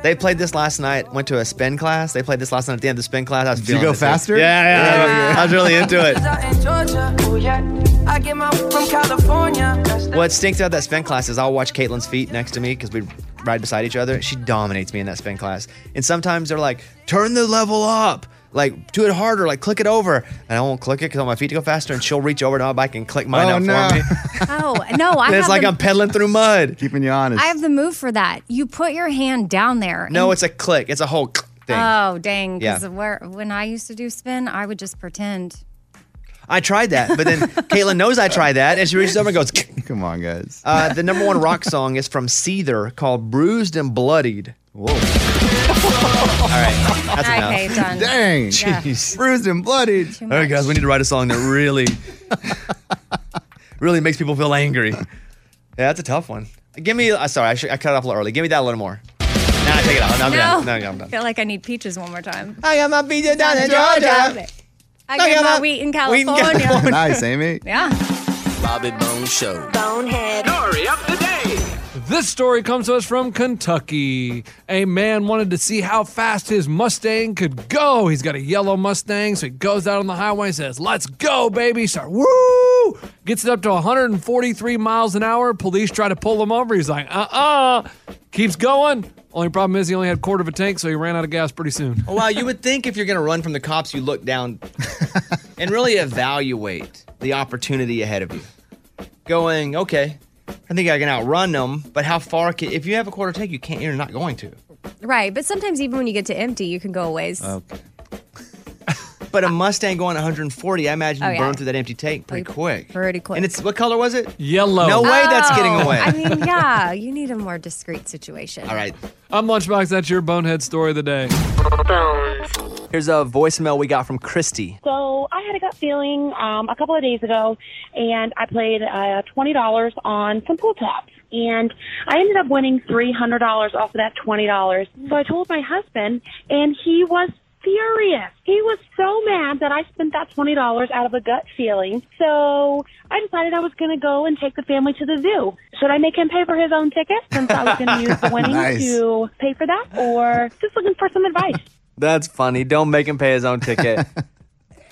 Speaker 5: they played this last night, went to a spin class. They played this last night at the end of the spin class. I was
Speaker 1: Did you
Speaker 5: feeling
Speaker 1: go
Speaker 5: it, dude.
Speaker 1: faster?
Speaker 5: Yeah, yeah. yeah. I was really into it.
Speaker 4: Peaches out in Georgia. Oh yeah. I get my weed from California. That's that.
Speaker 5: What stinks about that spin class is I'll watch Caitlin's feet next to me because we ride beside each other. She dominates me in that spin class. And sometimes they're like, turn the level up, like do it harder, like click it over. And I won't click it because I want my feet to go faster. And she'll reach over to my bike and click mine
Speaker 1: Oh,
Speaker 5: up
Speaker 1: no.
Speaker 5: for
Speaker 1: (laughs)
Speaker 5: me.
Speaker 2: (laughs) Oh, no, I
Speaker 5: And
Speaker 2: have
Speaker 5: it's like
Speaker 2: the,
Speaker 5: I'm pedaling through mud.
Speaker 1: Keeping you honest.
Speaker 2: I have the move for that. You put your hand down there.
Speaker 5: no, it's a click. It's a whole click thing.
Speaker 2: Oh, dang. Because
Speaker 5: Yeah.
Speaker 2: where when I used to do spin, I would just pretend.
Speaker 5: I tried that, (laughs) but then Caitlin knows I tried that, and she reaches over and goes, (laughs) "Come on, guys." Uh, the number one rock song is from Seether called "Bruised and Bloodied." Whoa! All right, that's enough.
Speaker 2: Okay, done.
Speaker 1: Dang.
Speaker 2: Yeah.
Speaker 5: Jeez.
Speaker 1: Bruised and bloodied.
Speaker 5: All right, guys, we need to write a song
Speaker 2: (laughs)
Speaker 5: that really, really makes people feel angry. Yeah, that's a tough one. Give me. Uh, sorry, I, should, I cut it off a little early. Give me that a little more. Nah, I take it out. No, I'm done. No, I'm
Speaker 2: I
Speaker 5: done.
Speaker 2: feel like I need peaches one more time.
Speaker 5: I got my peaches down in Georgia.
Speaker 2: I
Speaker 4: Look
Speaker 2: got
Speaker 4: at
Speaker 2: my
Speaker 4: my
Speaker 2: wheat in
Speaker 4: wheat in
Speaker 2: California.
Speaker 1: (laughs)
Speaker 4: California.
Speaker 1: nice,
Speaker 5: eh?
Speaker 1: Amy.
Speaker 2: Yeah.
Speaker 4: Bobby Bone Show.
Speaker 29: Bonehead.
Speaker 4: Story of the day.
Speaker 16: This story comes to us from Kentucky. A man wanted to see how fast his Mustang could go. He's got a yellow Mustang, so he goes out on the highway and says, Let's go, baby. Start, woo! Gets it up to 143 miles an hour. Police try to pull him over. He's like, Uh uh Keeps going. Only problem is he only had a quarter of a tank, so he ran out of gas pretty soon.
Speaker 5: Oh, wow, you would think if you're going to run from the cops, you look down and really evaluate the opportunity ahead of you. Going, okay, I think I can outrun them, but how far can, if you have a quarter take, you can't, you're not going to.
Speaker 2: Right. But sometimes even when you get to empty, you can go a ways.
Speaker 5: Okay. (laughs) but a Mustang going 140, I imagine
Speaker 2: Oh,
Speaker 5: you
Speaker 2: yeah.
Speaker 5: burn through that empty tank pretty quick.
Speaker 2: Pretty quick.
Speaker 5: And it's, what color was it?
Speaker 16: Yellow.
Speaker 5: No way that's getting
Speaker 2: Oh,
Speaker 5: away.
Speaker 2: I mean, yeah, you need a more discreet situation.
Speaker 5: All right.
Speaker 16: I'm Lunchbox. That's your bonehead story of the day.
Speaker 2: Oh.
Speaker 5: (laughs) Here's a voicemail we got from Christy.
Speaker 20: So I had a gut feeling um, a couple of days ago, and I played uh, twenty dollars on some pool tabs, and I ended up winning three hundred dollars off of that twenty dollars. So I told my husband, and he was furious. He was so mad that I spent that twenty dollars out of a gut feeling. So I decided I was going to go and take the family to the zoo. Should I make him pay for his own ticket since I was going to use the winnings
Speaker 5: Nice.
Speaker 20: to pay for that, or just looking for some advice?
Speaker 5: That's funny. Don't make him pay his own ticket.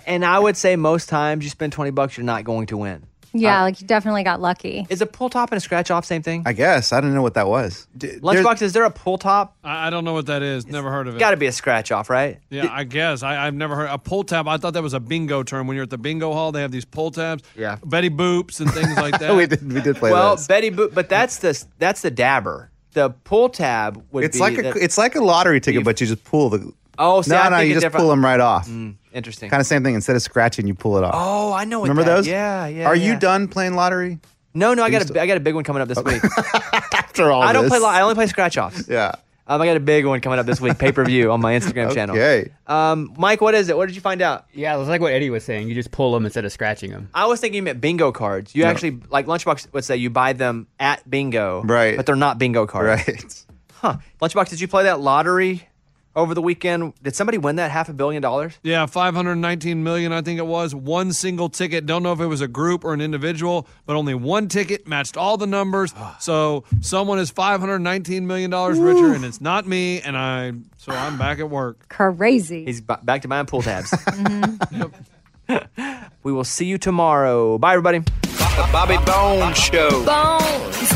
Speaker 5: and I would say most times you spend 20 bucks, you're not going to win.
Speaker 2: Yeah, like you definitely got lucky.
Speaker 5: Uh, Is a pull top and a scratch off same thing?
Speaker 1: I guess. I didn't know what that was.
Speaker 5: Lunchbox, is there a pull top?
Speaker 16: I, I don't know what that is. Never heard of it.
Speaker 5: Got to be a scratch off, right?
Speaker 16: Yeah, I guess. I, I've never heard a pull tab. I thought that was a bingo term. When you're at the bingo hall, they have these pull tabs.
Speaker 5: Yeah.
Speaker 16: Betty Boops and
Speaker 5: (laughs)
Speaker 16: things
Speaker 1: (laughs)
Speaker 16: like that.
Speaker 1: we did. We did play
Speaker 5: well,
Speaker 1: this.
Speaker 5: Betty Boop, but that's the that's the dabber. The pull tab would
Speaker 1: It's
Speaker 5: be
Speaker 1: like a
Speaker 5: that-
Speaker 1: it's like a lottery ticket, but you just pull the.
Speaker 5: Oh, see,
Speaker 1: no,
Speaker 5: I
Speaker 1: no,
Speaker 5: think it's
Speaker 1: you just
Speaker 5: different. Mm,
Speaker 1: pull them right off.
Speaker 5: interesting.
Speaker 1: Kind of same thing. Instead of scratching, you pull it off.
Speaker 5: Oh, I know. What
Speaker 1: Remember
Speaker 5: that-
Speaker 1: those?
Speaker 5: Yeah, yeah.
Speaker 1: Are
Speaker 5: yeah.
Speaker 1: you done playing lottery?
Speaker 5: No, no. I
Speaker 1: Are
Speaker 5: got
Speaker 1: you
Speaker 5: a, I got a big one coming up this week.
Speaker 1: (laughs) After all,
Speaker 5: I don't
Speaker 1: this.
Speaker 5: play. li- I only play scratch offs.
Speaker 1: yeah.
Speaker 5: Um, I got a big one coming up this week, pay per view on my Instagram
Speaker 1: (laughs)
Speaker 5: channel.
Speaker 6: Okay.
Speaker 5: Um, Mike, what is it? What did you find out?
Speaker 6: Yeah, it's like what Eddie was saying. You just pull them instead of scratching them.
Speaker 5: I was thinking you meant bingo cards. You
Speaker 6: No.
Speaker 5: actually like Lunchbox would say you buy them at bingo,
Speaker 1: Right.
Speaker 5: But they're not bingo cards,
Speaker 1: right?
Speaker 5: Huh? Lunchbox, did you play that lottery over the weekend? Did somebody win that half a billion dollars?
Speaker 16: Yeah, 519 million, I think it was. One single ticket. Don't know if it was a group or an individual, but only one ticket matched all the
Speaker 5: (sighs)
Speaker 16: numbers. so someone is 519 million dollars richer, and it's not me. And I, so I'm back at work.
Speaker 2: Crazy.
Speaker 5: He's b- back to buying pool tabs. we will see you tomorrow. Bye, everybody.
Speaker 4: The Bobby Bone Show.
Speaker 9: Bones.